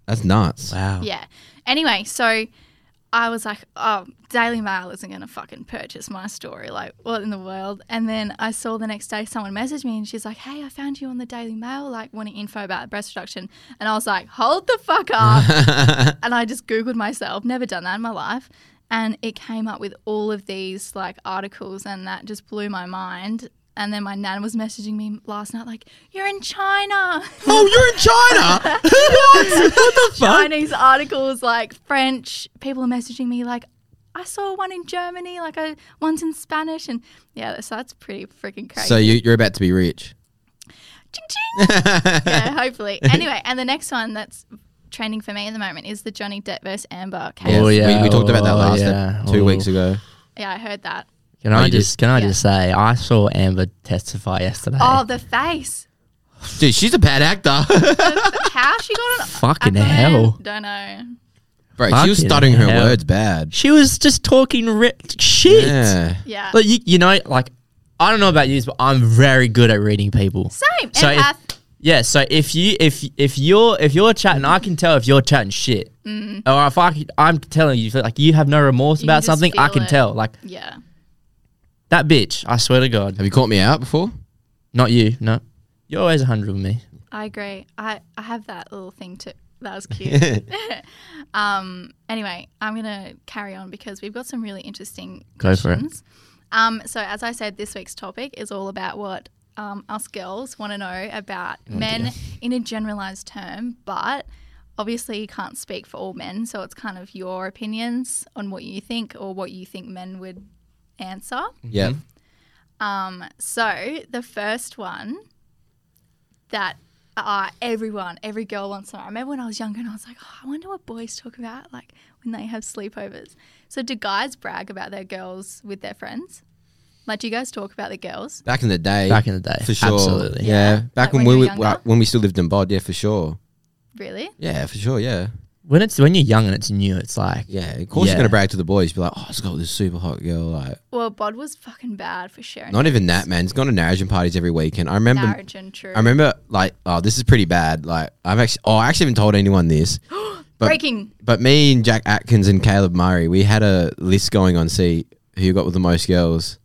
Speaker 4: That's nuts.
Speaker 2: Wow.
Speaker 1: Yeah. Anyway, so I was like, oh, Daily Mail isn't going to fucking purchase my story. Like, what in the world? And then I saw the next day someone messaged me and she's like, hey, I found you on the Daily Mail, like, wanting info about breast reduction. And I was like, hold the fuck up. and I just Googled myself, never done that in my life. And it came up with all of these, like, articles, and that just blew my mind. And then my nan was messaging me last night, like, you're in China.
Speaker 4: Oh, you're in China?
Speaker 1: Chinese articles, like French. People are messaging me like, I saw one in Germany, like I one's in Spanish, and yeah, that's, that's pretty freaking crazy.
Speaker 4: so you, you're about to be rich.
Speaker 1: Ching, ching. yeah, hopefully. Anyway, and the next one that's trending for me at the moment is the Johnny Depp versus Amber case.
Speaker 2: Oh,
Speaker 4: Yes.
Speaker 2: yeah.
Speaker 4: We, we talked about that
Speaker 2: Oh,
Speaker 4: last
Speaker 2: yeah.
Speaker 4: two
Speaker 2: Oh.
Speaker 4: weeks ago.
Speaker 1: Yeah, I heard that.
Speaker 2: Can
Speaker 4: Oh,
Speaker 2: I
Speaker 4: you did?
Speaker 2: just can I
Speaker 1: Yeah.
Speaker 2: just say I saw Amber testify yesterday.
Speaker 1: Oh, the face.
Speaker 4: Dude, she's a bad actor.
Speaker 1: How she got on
Speaker 2: Fucking
Speaker 1: Aquaman?
Speaker 2: hell.
Speaker 1: Don't know.
Speaker 4: Bro, she
Speaker 2: Fucking
Speaker 4: was stuttering her
Speaker 2: hell.
Speaker 4: words bad.
Speaker 2: She was just talking ri- shit.
Speaker 4: Yeah.
Speaker 1: Yeah.
Speaker 2: But you you know like I don't know about you, but I'm very good at reading people.
Speaker 1: Same.
Speaker 2: So if-
Speaker 1: Empath.
Speaker 2: Yeah, so if you if if you're if you're chatting, I can tell if you're chatting shit, or if I can- I'm telling you like you have no remorse
Speaker 1: Mm-hmm. You can
Speaker 2: about
Speaker 1: just
Speaker 2: something, I
Speaker 1: feel
Speaker 2: can
Speaker 1: it.
Speaker 2: tell. Like
Speaker 1: yeah.
Speaker 2: that bitch, I swear to God,
Speaker 4: Have you caught me out before?
Speaker 2: Mm-hmm. not you, no, you're always a hundred with me.
Speaker 1: I agree. I, I have that little thing too. That was cute. um, anyway, I'm going to carry on because we've got some really interesting
Speaker 2: Go for it.
Speaker 1: questions. Um, so, as I said, this week's topic is all about what um, us girls want to know about men in a generalized term, but obviously you can't speak for all men. So, it's kind of your opinions on what you think or what you think men would answer.
Speaker 4: Yeah.
Speaker 1: Um, so the first one that uh, everyone, every girl wants to know. I remember when I was younger and I was like, oh, I wonder what boys talk about, like when they have sleepovers. So do guys brag about their girls with their friends? Like, do you guys talk about the girls?
Speaker 4: Back in the day.
Speaker 2: Back in the day,
Speaker 4: for sure.
Speaker 2: absolutely.
Speaker 4: Yeah. Back
Speaker 1: Like when
Speaker 4: when,
Speaker 1: you
Speaker 4: we
Speaker 1: were
Speaker 4: were uh,
Speaker 1: younger?
Speaker 4: when we still lived in Bod, yeah, for sure.
Speaker 1: Really?
Speaker 4: Yeah, for sure, yeah.
Speaker 2: When it's when you're young and it's new, it's like
Speaker 4: Yeah. Of course
Speaker 2: Yeah.
Speaker 4: you're gonna brag to the boys, be like, Oh, it's got this super hot girl, like
Speaker 1: Well, Bod was fucking bad for sharing.
Speaker 4: not even that, man. It's gone to narration parties every weekend. I remember
Speaker 1: marriage and true.
Speaker 4: I remember like, oh, this is pretty bad. Like I've actually oh, I actually haven't told anyone this. but-
Speaker 1: Breaking.
Speaker 4: But me and Jack Atkins and Caleb Murray, we had a list going on see who got with the most girls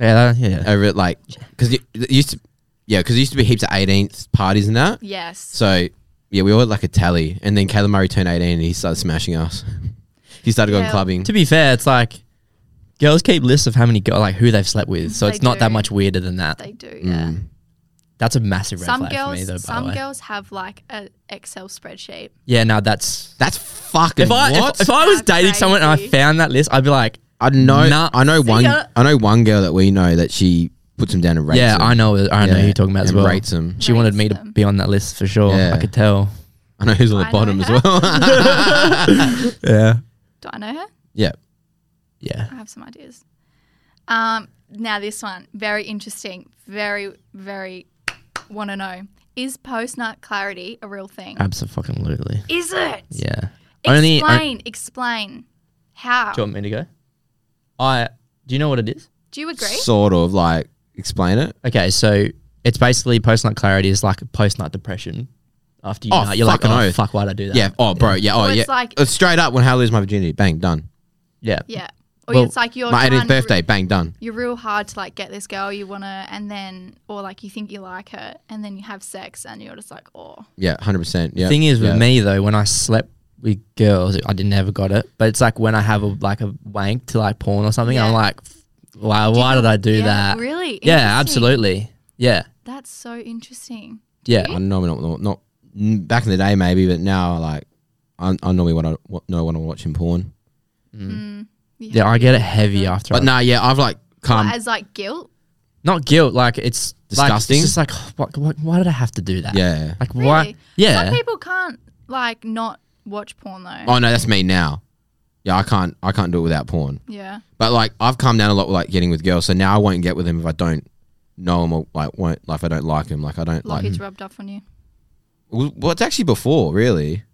Speaker 2: yeah, that, yeah.
Speaker 4: over at like because it, it used to yeah because it used to be heaps of 18th parties and that.
Speaker 1: Yes.
Speaker 4: So yeah, we all had like a tally, and then Caleb Murray turned 18 and he started smashing us. he started going
Speaker 1: Yeah.
Speaker 4: clubbing.
Speaker 2: To be fair, it's like girls keep lists of how many girl like who they've slept with, so
Speaker 1: They
Speaker 2: it's not that
Speaker 1: do.
Speaker 2: much weirder than that.
Speaker 1: they do, yeah.
Speaker 4: Mm.
Speaker 2: That's a massive red
Speaker 1: Some
Speaker 2: flag for
Speaker 1: girls,
Speaker 2: me, though. By the
Speaker 1: some
Speaker 2: way,
Speaker 1: girls have like an Excel spreadsheet.
Speaker 2: yeah, no, that's.
Speaker 4: That's fucking
Speaker 2: If I,
Speaker 4: what?
Speaker 2: if, if I was
Speaker 1: That's
Speaker 2: dating someone and I
Speaker 1: crazy.
Speaker 2: found that list, I'd be like,
Speaker 4: I know.
Speaker 2: Nah.
Speaker 4: I know one.
Speaker 1: ya.
Speaker 4: I know one girl that we know that she puts him down and rates.
Speaker 2: yeah,
Speaker 4: him.
Speaker 2: I know, I know who
Speaker 4: Yeah,
Speaker 2: you're talking about as
Speaker 4: and
Speaker 2: well.
Speaker 4: Rates him.
Speaker 2: She wanted me to
Speaker 1: Rates them.
Speaker 2: be on that list for sure.
Speaker 4: Yeah.
Speaker 2: I could tell.
Speaker 4: I know who's on
Speaker 1: I
Speaker 4: the
Speaker 1: know
Speaker 4: bottom as
Speaker 1: her.
Speaker 4: well.
Speaker 2: Yeah.
Speaker 1: Do I know her?
Speaker 4: yeah.
Speaker 2: Yeah.
Speaker 1: I have some ideas. Um, now this one, very interesting, very, very want to know: Is post nut clarity a real thing?
Speaker 2: Absolutely.
Speaker 1: is it?
Speaker 2: Yeah. Only.
Speaker 1: Explain.
Speaker 2: on-
Speaker 1: explain. How
Speaker 2: do you want me to go? I. Do you know what it is?
Speaker 1: do you agree?
Speaker 4: Sort of like explain it.
Speaker 2: Okay, so it's basically post nut clarity is like post nut depression. After you
Speaker 4: Oh,
Speaker 2: nut, you're like,
Speaker 4: fucking
Speaker 2: oh,
Speaker 4: oath.
Speaker 2: fuck, why'd I do that?
Speaker 4: Yeah. Oh, bro. Yeah. Oh,
Speaker 1: Or it's
Speaker 4: yeah.
Speaker 1: like-
Speaker 4: It's straight up when how I lose my virginity. Bang. Done.
Speaker 2: Yeah.
Speaker 1: yeah. Or
Speaker 2: Well,
Speaker 1: it's like you're
Speaker 4: my
Speaker 1: trying
Speaker 4: 18th
Speaker 1: to re-
Speaker 4: birthday. Bang. Done.
Speaker 1: you're real hard to like get this girl you wanna, and then or like you think you like her, and then you have sex, and you're just like, oh,
Speaker 4: Yeah. Hundred percent. Yeah.
Speaker 2: Thing is with
Speaker 4: Yeah.
Speaker 2: me though, when I slept with girls, I didn't ever got it. But it's like when I have a like a wank to like porn or something,
Speaker 1: Yeah.
Speaker 2: I'm like, why, why did I do
Speaker 1: yeah,
Speaker 2: that?
Speaker 1: Really? Interesting.
Speaker 2: Yeah, absolutely. Yeah.
Speaker 1: That's so interesting.
Speaker 2: Yeah.
Speaker 4: I don't know. Not, not, not mm, back in the day maybe, but now like I, I normally want to know when I'm watching porn.
Speaker 2: Yeah, um, I get it heavy after.
Speaker 4: But
Speaker 2: I-
Speaker 4: nah, yeah, I've like come.
Speaker 1: As like guilt.
Speaker 2: not guilt. Like it's like,
Speaker 4: Disgusting.
Speaker 2: it's just like oh, what, what, why did I have to do that?
Speaker 4: yeah.
Speaker 2: Like why?
Speaker 1: Really?
Speaker 2: Yeah.
Speaker 1: Some people can't like not watch porn though.
Speaker 4: Oh no, that's me now. Yeah, I can't. I can't do it without porn.
Speaker 1: Yeah.
Speaker 4: But like I've come down a lot with like getting with girls, so now I won't get with them if I don't know them or like won't like if I don't like them. Like I don't
Speaker 1: Like
Speaker 4: like.
Speaker 1: it's rubbed off on you.
Speaker 4: Well, well, it's actually before really.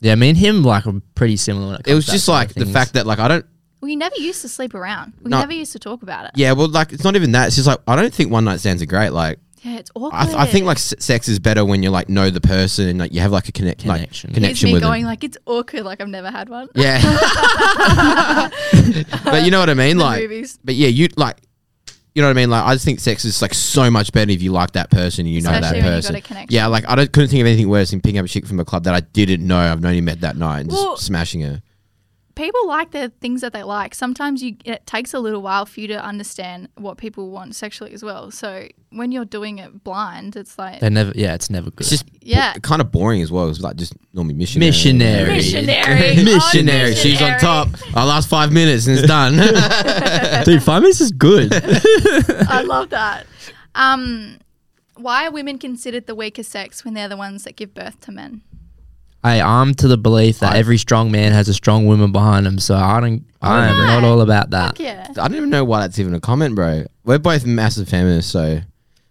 Speaker 2: yeah. Me and him like are pretty similar. When it,
Speaker 4: It
Speaker 2: comes
Speaker 4: was
Speaker 2: to
Speaker 4: just
Speaker 2: that sort
Speaker 4: like
Speaker 2: of
Speaker 4: the
Speaker 2: things.
Speaker 4: fact that like I don't.
Speaker 1: We never used to sleep around. We
Speaker 4: No.
Speaker 1: never used to talk about it.
Speaker 4: Yeah, well, like it's not even that. It's just like I don't think one night stands are great. Like
Speaker 1: Yeah, it's awkward.
Speaker 4: I, th- I think like s- sex is better when you like know the person and like you have like a connect
Speaker 2: Connection.
Speaker 1: Here's
Speaker 4: like, connection
Speaker 1: me
Speaker 4: with
Speaker 1: going
Speaker 4: them.
Speaker 1: like it's awkward. Like I've never had one.
Speaker 4: yeah, but you know what I mean.
Speaker 1: The
Speaker 4: Like,
Speaker 1: movies.
Speaker 4: but yeah, you like. You know what I mean? Like, I just think sex is like so much better if you like that person and you know
Speaker 1: Especially
Speaker 4: that
Speaker 1: when you
Speaker 4: person.
Speaker 1: got a connection.
Speaker 4: yeah, like I don't, couldn't think of anything worse than picking up a chick from a club that I didn't know I've known him met that night and
Speaker 1: Well-
Speaker 4: just smashing her.
Speaker 1: People like the things that they like. Sometimes you it takes a little while for you to understand what people want sexually as well. So when you're doing it blind, it's like
Speaker 2: they never. Yeah, it's never good.
Speaker 4: It's just
Speaker 1: Yeah.
Speaker 4: kind of boring as well. It's like just normally missionary.
Speaker 2: Missionary.
Speaker 1: missionary. Oh,
Speaker 4: missionary. She's on top. Our last five minutes and it's done.
Speaker 2: dude. Five minutes is good.
Speaker 1: I love that. Um, why are women considered the weaker sex when they're the ones that give birth to men?
Speaker 2: Hey, I'm to the belief that
Speaker 4: I-
Speaker 2: every strong man has a strong woman behind him, so I don't. I am not all about that.
Speaker 1: Fuck yeah.
Speaker 4: I don't even know why that's even a comment, bro. We're both massive feminists, so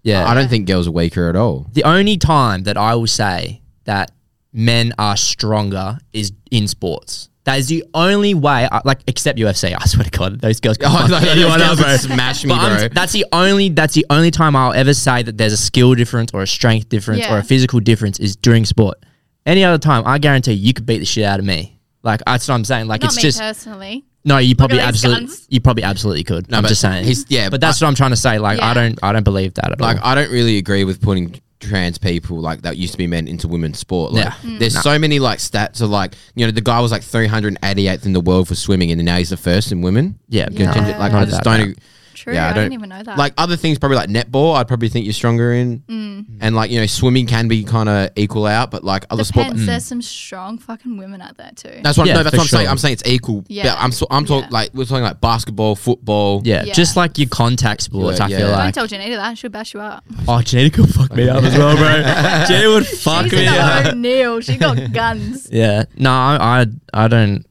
Speaker 2: Yeah,
Speaker 4: I don't think girls are weaker at all.
Speaker 2: the only time that I will say that men are stronger is in sports. That is the only way, I, like except UFC. I swear to God, those girls. can
Speaker 4: Oh,
Speaker 2: fuck
Speaker 4: no, those
Speaker 2: anyone
Speaker 4: girls
Speaker 2: up, bro.
Speaker 4: would smash me,
Speaker 2: But I'm-
Speaker 4: bro.
Speaker 2: That's the only. That's the only time I'll ever say that there's a skill difference or a strength difference or
Speaker 1: Yeah.
Speaker 2: a physical difference is during sport. Any other time, I guarantee you could beat the shit out of me. Like that's what I'm saying. Like
Speaker 1: Not
Speaker 2: it's
Speaker 1: me
Speaker 2: just
Speaker 1: personally.
Speaker 2: no. You probably
Speaker 1: these
Speaker 2: absolutely.
Speaker 1: guns.
Speaker 2: You probably absolutely could.
Speaker 4: No,
Speaker 2: I'm
Speaker 4: but
Speaker 2: just saying.
Speaker 4: he's- yeah,
Speaker 2: but that's what I'm trying to say. Like
Speaker 1: Yeah.
Speaker 2: I don't. I don't believe that at
Speaker 4: Like,
Speaker 2: all.
Speaker 4: I don't really agree with putting trans people like that used to be men into women's sport. Like,
Speaker 2: Yeah. Mm.
Speaker 4: there's so many like stats of like you know the guy was like 388th in the world for swimming, and now he's the first in women.
Speaker 2: Yeah,
Speaker 4: You know,
Speaker 1: Yeah.
Speaker 4: something- Like
Speaker 2: Not
Speaker 4: I just
Speaker 2: about
Speaker 4: don't.
Speaker 2: that.
Speaker 4: ag-
Speaker 1: True.
Speaker 4: Yeah, I
Speaker 1: I,
Speaker 4: don't-
Speaker 1: didn't even know that.
Speaker 4: Like other things, probably like netball. I'd probably think you're stronger in,
Speaker 1: Mm.
Speaker 4: and like you know swimming can be kind of equal out, but like other sports. Mm.
Speaker 1: Depends. There's some strong fucking women out there too.
Speaker 4: That's what
Speaker 2: Yeah,
Speaker 4: no, that's
Speaker 2: for
Speaker 4: what I'm saying.
Speaker 2: sure.
Speaker 4: I'm saying it's equal. Yeah,
Speaker 1: Yeah.
Speaker 4: I'm so, I'm talking
Speaker 1: Yeah.
Speaker 4: like we're talking like basketball, football.
Speaker 2: yeah,
Speaker 1: Yeah.
Speaker 2: just like your contact sports.
Speaker 4: Yeah,
Speaker 2: I
Speaker 4: yeah.
Speaker 2: feel
Speaker 4: Don't
Speaker 1: Don't
Speaker 2: like
Speaker 1: tell Janita that. She'll bash you up.
Speaker 2: Oh, Jada could fuck me up as well, bro. Jada would fuck
Speaker 1: She's
Speaker 2: me
Speaker 1: in
Speaker 2: up.
Speaker 1: the O'Neill. She got guns.
Speaker 2: Yeah. No, I, I, I don't.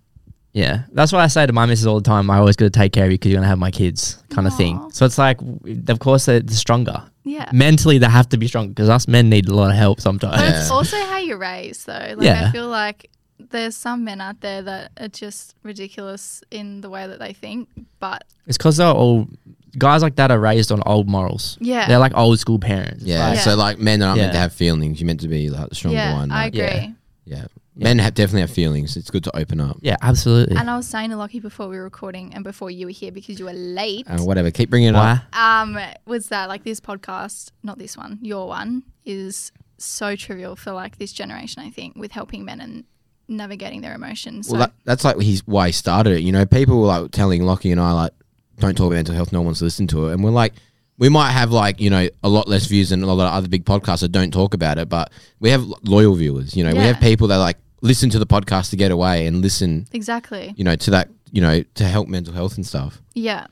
Speaker 2: Yeah, that's why I say to my missus all the time. I always got to take care of you because you're gonna have my kids, kind of thing.
Speaker 1: Aw.
Speaker 2: So it's like, w- of course, they're the stronger.
Speaker 1: Yeah.
Speaker 2: Mentally, they have to be stronger because us men need a lot of help sometimes.
Speaker 1: But
Speaker 4: Yeah.
Speaker 1: it's also how you're raised, though. Like,
Speaker 2: Yeah.
Speaker 1: I feel like there's some men out there that are just ridiculous in the way that they think. But
Speaker 2: It's because they're all guys like that are raised on old morals.
Speaker 1: Yeah.
Speaker 2: they're like old school parents.
Speaker 4: Yeah,
Speaker 1: Yeah.
Speaker 4: so like men aren't meant to
Speaker 2: Yeah.
Speaker 4: have feelings. You're meant to be like the stronger
Speaker 1: yeah,
Speaker 4: one.
Speaker 1: I
Speaker 4: like,
Speaker 1: agree.
Speaker 2: yeah.
Speaker 4: yeah. men have definitely have feelings. It's good to open up.
Speaker 2: yeah, absolutely.
Speaker 1: And I was saying to Lockie before we were recording and before you were here because you were late.
Speaker 4: Uh, whatever, keep bringing it
Speaker 2: Why?
Speaker 4: up.
Speaker 1: um, was that like this podcast, not this one, your one, is so trivial for like this generation, I think, with helping men and navigating their emotions.
Speaker 4: Well,
Speaker 1: so,
Speaker 4: that, that's like he's why he started it. You know, people were like telling Lockie and I like, don't talk about mental health. No one wants to listen to it. And we're like, we might have like you know a lot less views than a lot of other big podcasts that don't talk about it, but we have loyal viewers. You know, we
Speaker 1: Yeah.
Speaker 4: have people that like listen to the podcast to get away and listen.
Speaker 1: exactly.
Speaker 4: You know, to that you know to help mental health and stuff.
Speaker 1: Yeah.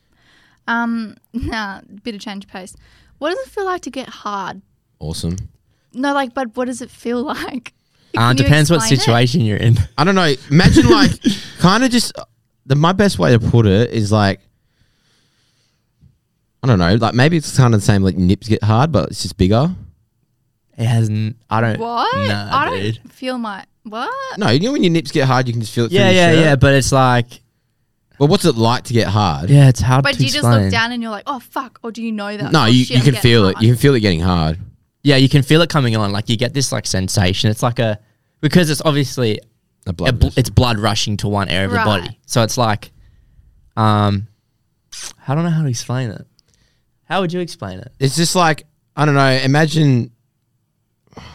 Speaker 1: Um, nah, bit of change of pace. What does it feel like to get hard?
Speaker 4: Awesome.
Speaker 1: No, like, but what does it feel like?
Speaker 2: Uh,
Speaker 1: Can you
Speaker 2: depends what
Speaker 1: explain it?
Speaker 2: situation you're in.
Speaker 4: I don't know. Imagine like kind of just the my best way to put it is like I don't know. Like maybe it's kind of the same. Like nips get hard, but it's just bigger.
Speaker 2: It hasn't. I don't.
Speaker 1: What?
Speaker 2: Nah,
Speaker 1: I don't
Speaker 2: dude.
Speaker 1: feel my what?
Speaker 4: No, you know when your nips get hard, you can just feel it.
Speaker 2: Yeah,
Speaker 4: through your
Speaker 2: yeah,
Speaker 4: shirt?
Speaker 2: yeah. But it's like,
Speaker 4: But what's it like to get hard?
Speaker 2: yeah, it's hard
Speaker 1: But
Speaker 2: to
Speaker 1: do you just
Speaker 2: explain.
Speaker 1: look down and you're like, oh fuck, or do you know that?
Speaker 4: No,
Speaker 1: oh,
Speaker 4: you,
Speaker 1: shit,
Speaker 4: you
Speaker 1: I'm
Speaker 4: can
Speaker 1: getting
Speaker 4: feel it.
Speaker 1: hard?
Speaker 4: You can feel it getting hard.
Speaker 2: yeah, you can feel it coming on. Like you get this like sensation. It's like a because it's obviously
Speaker 4: The
Speaker 2: a
Speaker 4: blood
Speaker 2: bl-
Speaker 4: pressure.
Speaker 2: it's blood rushing to one area of
Speaker 1: Right.
Speaker 2: the body. So it's like, um, I don't know how to explain it. How would you explain it?
Speaker 4: it's just like I don't know. Imagine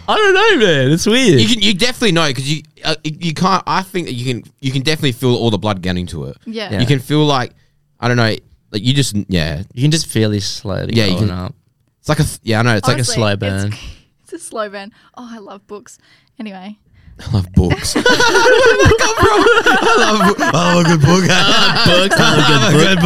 Speaker 2: I don't know, man. It's weird.
Speaker 4: you can you definitely know because you uh, you can't. I think that you can you can definitely feel all the blood getting to it.
Speaker 1: Yeah.
Speaker 4: You can feel like I don't know. Like you just yeah.
Speaker 2: you can just feel this slowly
Speaker 4: Yeah,
Speaker 2: yeah,
Speaker 4: you
Speaker 2: going
Speaker 4: can-
Speaker 2: up.
Speaker 4: It's like a th- yeah. I know. It's
Speaker 2: like a
Speaker 1: Honestly,
Speaker 2: slow
Speaker 1: it's-
Speaker 2: burn.
Speaker 1: It's, a slow burn. Oh, I love books. Anyway,
Speaker 4: like I love books. Where did that come from? I love I love a good book. I love books. I love a good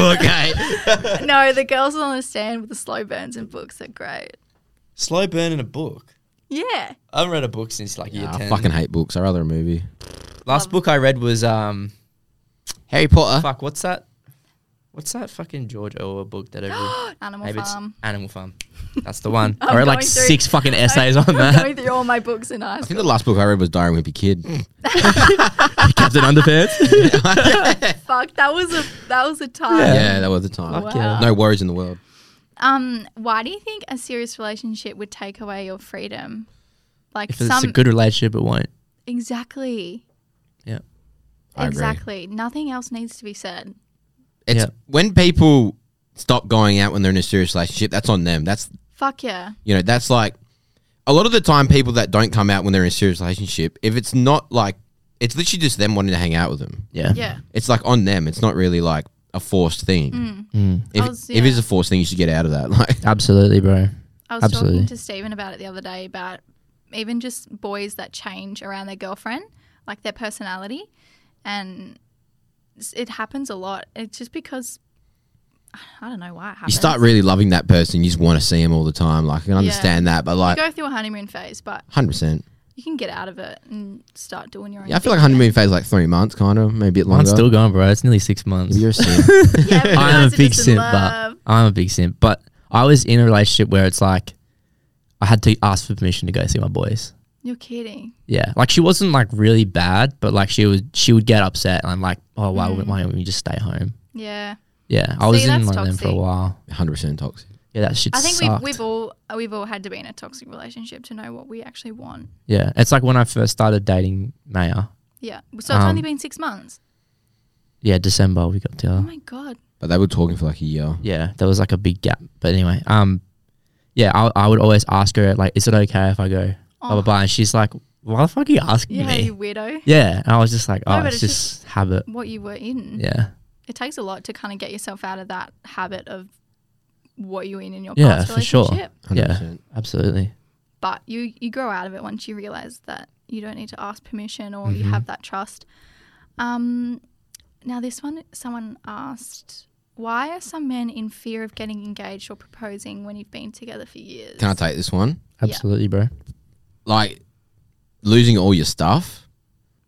Speaker 4: book. Hey.
Speaker 1: no, the girls will understand with the slow burns in books. They're great.
Speaker 2: Slow burn in a book.
Speaker 1: Yeah.
Speaker 2: I haven't read a book since like
Speaker 4: Nah, I fucking hate books. I rather a movie.
Speaker 2: Last book I read was um,
Speaker 4: Harry Potter.
Speaker 2: fuck, what's that? What's that fucking George Orwell book that every
Speaker 1: Animal
Speaker 2: maybe it's
Speaker 1: Farm.
Speaker 2: Animal Farm. That's the one.
Speaker 1: I'm
Speaker 2: I read like
Speaker 1: going through-
Speaker 2: six fucking essays
Speaker 1: I'm
Speaker 2: on that.
Speaker 1: going through all my books in high
Speaker 4: I think
Speaker 1: school.
Speaker 4: the last book I read was Diary of a Wimpy Kid.
Speaker 2: Captain Underpants.
Speaker 1: Fuck, that was a that was a time.
Speaker 4: Yeah, that was the time.
Speaker 1: Fuck yeah. Wow.
Speaker 4: No worries in the world.
Speaker 1: Um, why do you think a serious relationship would take away your freedom? Like
Speaker 2: if it's
Speaker 1: some
Speaker 2: a good relationship, it won't.
Speaker 1: exactly,
Speaker 2: Yeah.
Speaker 4: I agree.
Speaker 1: exactly. Nothing else needs to be said.
Speaker 4: It's
Speaker 2: Yeah.
Speaker 4: when people stop going out when they're in a serious relationship, that's on them. That's
Speaker 1: Fuck yeah,
Speaker 4: you know, that's like a lot of the time people that don't come out when they're in a serious relationship, if it's not like it's literally just them wanting to hang out with them.
Speaker 2: Yeah.
Speaker 1: yeah.
Speaker 4: It's like on them. It's not really like a forced thing.
Speaker 2: Mm.
Speaker 4: If,
Speaker 1: I was-
Speaker 4: if
Speaker 1: Mm. Oh, yeah.
Speaker 4: it's a forced thing, you should get out of that. Like
Speaker 2: Absolutely, bro.
Speaker 1: I was
Speaker 2: Absolutely.
Speaker 1: talking to Stephen about it the other day about even just boys that change around their girlfriend, like their personality, and s- it happens a lot. It's just because I don't know why it
Speaker 4: you
Speaker 1: happens.
Speaker 4: start really loving that person, you just want to see them all the time. Like I can understand that, but
Speaker 1: You
Speaker 4: like
Speaker 1: go through a honeymoon phase, but
Speaker 4: hundred percent.
Speaker 1: you can get out of it and start doing your own.
Speaker 4: Yeah, I feel
Speaker 1: thing.
Speaker 4: like 100 million phase is like three months, kind of, maybe a bit longer.
Speaker 2: Mine's still going, bro. It's nearly six months.
Speaker 4: You're a simp.
Speaker 1: Yeah, but you
Speaker 2: I am
Speaker 1: guys
Speaker 2: a
Speaker 1: are
Speaker 2: big
Speaker 1: just in
Speaker 2: simp,
Speaker 1: love.
Speaker 2: but I'm a big simp. But I was in a relationship where it's like I had to ask for permission to go see my boys.
Speaker 1: You're kidding.
Speaker 2: Yeah, like she wasn't like really bad, but like she was, she would get upset, and I'm like, oh why, wouldn't why don't we just stay home?
Speaker 1: Yeah,
Speaker 2: Yeah,
Speaker 1: Mm.
Speaker 2: I
Speaker 1: See,
Speaker 2: was in
Speaker 1: that's
Speaker 2: one of them for a
Speaker 1: toxic.
Speaker 2: while.
Speaker 4: 100% toxic.
Speaker 2: Yeah, that shit.
Speaker 1: I think
Speaker 2: sucked.
Speaker 1: we've we've all we've all had to be in a toxic relationship to know what we actually want.
Speaker 2: yeah, it's like when I first started dating Maya.
Speaker 1: Yeah, so it's
Speaker 2: Um,
Speaker 1: only been six months.
Speaker 2: Yeah, December we got
Speaker 1: Oh
Speaker 2: together.
Speaker 1: my god.
Speaker 4: But they were talking for like a year.
Speaker 2: Yeah, there was like a big gap, but anyway, um, yeah, I, I would always ask her like, is it okay if I go? Blah blah
Speaker 1: Oh,
Speaker 2: blah, and she's like, why the fuck are you asking
Speaker 1: yeah,
Speaker 2: me?
Speaker 1: you weirdo.
Speaker 2: Yeah, and I was just like,
Speaker 1: No,
Speaker 2: oh,
Speaker 1: but
Speaker 2: it's,
Speaker 1: it's
Speaker 2: just, habit.
Speaker 1: What you were in.
Speaker 2: Yeah,
Speaker 1: It takes a lot to kind of get yourself out of that habit of what you were in in your
Speaker 2: Yeah,
Speaker 1: past
Speaker 2: for sure.
Speaker 1: relationship.
Speaker 2: yeah,
Speaker 4: 100%.
Speaker 2: absolutely.
Speaker 1: But you you grow out of it once you realize that you don't need to ask permission or
Speaker 4: Mm-hmm.
Speaker 1: you have that trust. Um, now this one, someone asked, why are some men in fear of getting engaged or proposing when you've been together for years?
Speaker 4: Can I take this one?
Speaker 2: Absolutely, bro.
Speaker 4: Like, losing all your stuff.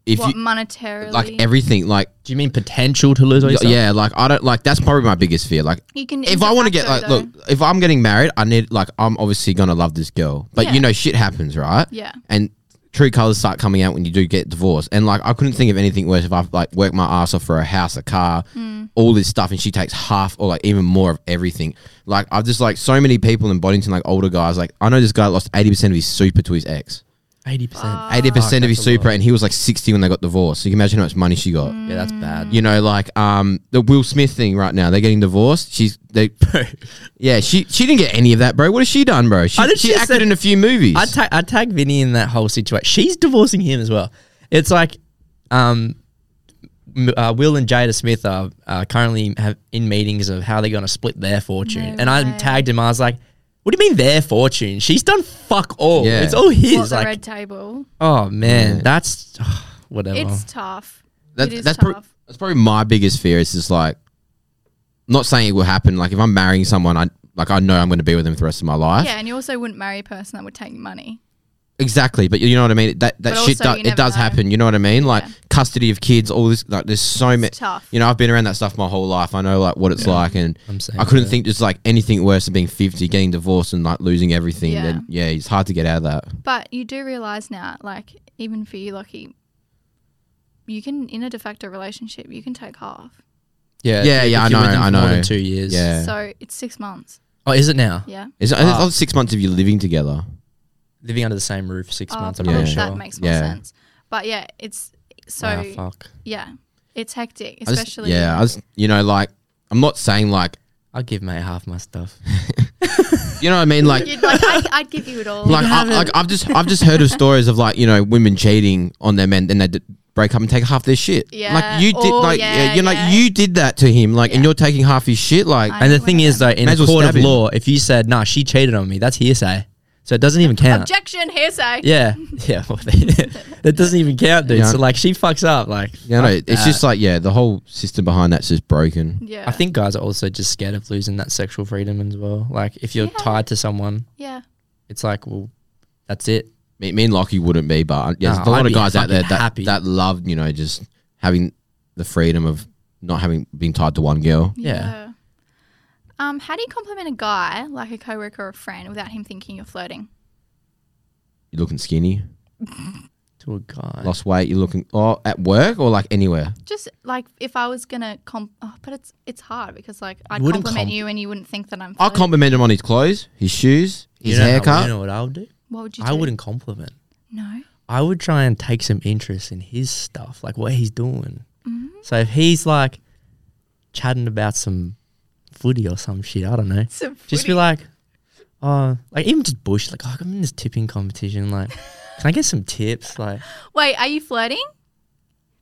Speaker 4: If
Speaker 1: what
Speaker 4: you,
Speaker 1: monetarily?
Speaker 4: like, everything, like,
Speaker 2: Do you mean potential to lose all your stuff?
Speaker 4: yeah, like, I don't, like, that's probably my biggest fear. Like,
Speaker 1: you can.
Speaker 4: if I want to get like, look, if I'm getting married, I need like, I'm obviously gonna love this girl, but
Speaker 1: Yeah.
Speaker 4: you know, shit happens, right?
Speaker 1: Yeah.
Speaker 4: And true colors start coming out when you do get divorced, and like, I couldn't think of anything worse if I've like worked my ass off for a house, a car, all this stuff, and she takes half or like even more of everything. Like, I've just like so many people in Boddington, like older guys, like I know this guy lost eighty percent of his super to his ex,
Speaker 2: eighty
Speaker 1: Um,
Speaker 2: percent.
Speaker 4: eighty percent
Speaker 2: Oh,
Speaker 4: of
Speaker 2: that's
Speaker 4: his
Speaker 2: a lot.
Speaker 4: super, and he was like sixty when they got divorced. So you can imagine how much money she got.
Speaker 2: Yeah, that's bad.
Speaker 4: You know, like um, the Will Smith thing right now. They're getting divorced. She's they yeah, she she didn't get any of that, bro. What has she done, bro? She,
Speaker 2: I didn't-
Speaker 4: she
Speaker 2: she
Speaker 4: acted
Speaker 2: said-
Speaker 4: in a few movies.
Speaker 2: I tag I tag Vinny in that whole situation. She's divorcing him as well. It's like, um, M- uh, Will and Jada Smith are uh, currently have in meetings of how they're going to split their fortune,
Speaker 1: No
Speaker 2: and I
Speaker 1: way.
Speaker 2: tagged him. I was like, "What do you mean their fortune? She's done fuck all.
Speaker 4: Yeah.
Speaker 2: It's all his.
Speaker 1: what, the
Speaker 2: like,
Speaker 1: red table.
Speaker 2: oh man,
Speaker 4: Yeah.
Speaker 2: that's whatever.
Speaker 1: It's tough.
Speaker 4: Oh. That-
Speaker 1: it is
Speaker 4: that's,
Speaker 1: tough.
Speaker 4: prob- that's probably my biggest fear. Is just like, not saying it will happen. Like if I'm marrying someone, I like I know I'm going to be with them for the rest of my life.
Speaker 1: yeah, and you also wouldn't marry a person that would take your money.
Speaker 4: Exactly, but you know what I mean. That that
Speaker 1: But
Speaker 4: shit
Speaker 1: also you
Speaker 4: do, it
Speaker 1: never
Speaker 4: does
Speaker 1: know.
Speaker 4: happen. You know what I mean? Like
Speaker 1: Yeah.
Speaker 4: custody of kids, all this. Like there's so many.
Speaker 1: It's tough.
Speaker 4: You know, I've been around that stuff my whole life. I know like what it's like, and
Speaker 2: I'm saying
Speaker 4: I couldn't
Speaker 2: that.
Speaker 4: think there's like anything worse than being 50, getting divorced, and like losing everything.
Speaker 1: Yeah.
Speaker 4: Then yeah, it's hard to get out of that.
Speaker 1: But you do realize now, like even for you, Lockie, you can in a de facto relationship, you can take half.
Speaker 2: Yeah,
Speaker 4: Yeah,
Speaker 2: if
Speaker 4: yeah, I
Speaker 2: you're with
Speaker 4: know,
Speaker 2: him
Speaker 4: I
Speaker 2: for More than
Speaker 4: know.
Speaker 2: two years.
Speaker 4: Yeah.
Speaker 1: So it's six months.
Speaker 2: Oh, is it now?
Speaker 1: Yeah.
Speaker 4: Is it,
Speaker 2: Ah.
Speaker 4: another six months of you living together?
Speaker 2: Living under the same roof for six
Speaker 1: Oh,
Speaker 2: months. I'm
Speaker 1: probably
Speaker 2: pretty
Speaker 4: Yeah.
Speaker 2: sure.
Speaker 1: That makes more
Speaker 4: Yeah.
Speaker 1: sense. But yeah, it's so
Speaker 2: Wow, fuck.
Speaker 1: yeah, it's hectic,
Speaker 4: I just-
Speaker 1: especially
Speaker 4: yeah, I just, you know, like I'm not saying like,
Speaker 2: I'll give mate half my stuff.
Speaker 4: you know what I mean, like.
Speaker 1: You'd like, I, I'd give you it all.
Speaker 4: Like, I, like I've just I've just heard of stories of like you know women cheating on their men then they d- break up and take half their shit.
Speaker 1: Yeah.
Speaker 4: like you did
Speaker 1: Oh,
Speaker 4: like
Speaker 1: yeah,
Speaker 4: you're
Speaker 1: yeah.
Speaker 4: like you did that to him like
Speaker 1: Yeah.
Speaker 4: and you're taking half his shit like
Speaker 1: I-
Speaker 2: And the
Speaker 1: know
Speaker 2: thing
Speaker 1: what
Speaker 2: is, though, in
Speaker 4: May
Speaker 2: a
Speaker 4: as well
Speaker 2: court of
Speaker 4: stab him.
Speaker 2: law, if you said, nah, she cheated on me, that's hearsay. So it doesn't even count.
Speaker 1: objection, hearsay.
Speaker 2: yeah. Yeah. well, that doesn't even count, dude.
Speaker 4: Yeah.
Speaker 2: So, like, she fucks up. Like,
Speaker 4: yeah no
Speaker 2: fuck
Speaker 4: it's
Speaker 2: that.
Speaker 4: just like yeah the whole system behind that's just broken.
Speaker 1: Yeah.
Speaker 2: I think guys are also just scared of losing that sexual freedom as well. Like, if you're
Speaker 1: Yeah.
Speaker 2: tied to someone,
Speaker 1: Yeah.
Speaker 2: it's like, well, that's it.
Speaker 4: Me, me and Lockie wouldn't be, but uh, yeah,
Speaker 2: Nah,
Speaker 4: there's a
Speaker 2: I'd
Speaker 4: lot
Speaker 2: be
Speaker 4: of guys out
Speaker 2: fucking
Speaker 4: there that
Speaker 2: happy.
Speaker 4: that love you know just having the freedom of not having been tied to one girl.
Speaker 2: Yeah.
Speaker 1: Um, how do you compliment a guy like a coworker or a friend without him thinking you're flirting?
Speaker 4: You're looking skinny,
Speaker 2: To a guy.
Speaker 4: lost weight. You're looking oh at work or like anywhere.
Speaker 1: Just like if I was gonna comp, oh, but it's it's hard because like I'd
Speaker 2: Wouldn't
Speaker 1: compliment
Speaker 2: comp-
Speaker 1: you and you wouldn't think that I'm.
Speaker 4: I
Speaker 1: flirting.
Speaker 4: compliment him on his clothes, his shoes,
Speaker 2: You
Speaker 4: his
Speaker 2: know how-
Speaker 4: haircut.
Speaker 2: You know what I would do?
Speaker 1: What would you? Do?
Speaker 2: I wouldn't compliment.
Speaker 1: No.
Speaker 2: I would try and take some interest in his stuff, like what he's doing.
Speaker 1: Mm-hmm.
Speaker 2: So if he's like chatting about some footy or some shit, I don't know. Just be like, oh, like even just bush, like, oh, I'm in this tipping competition. Like, can I get some tips? Like,
Speaker 1: Wait, are you flirting?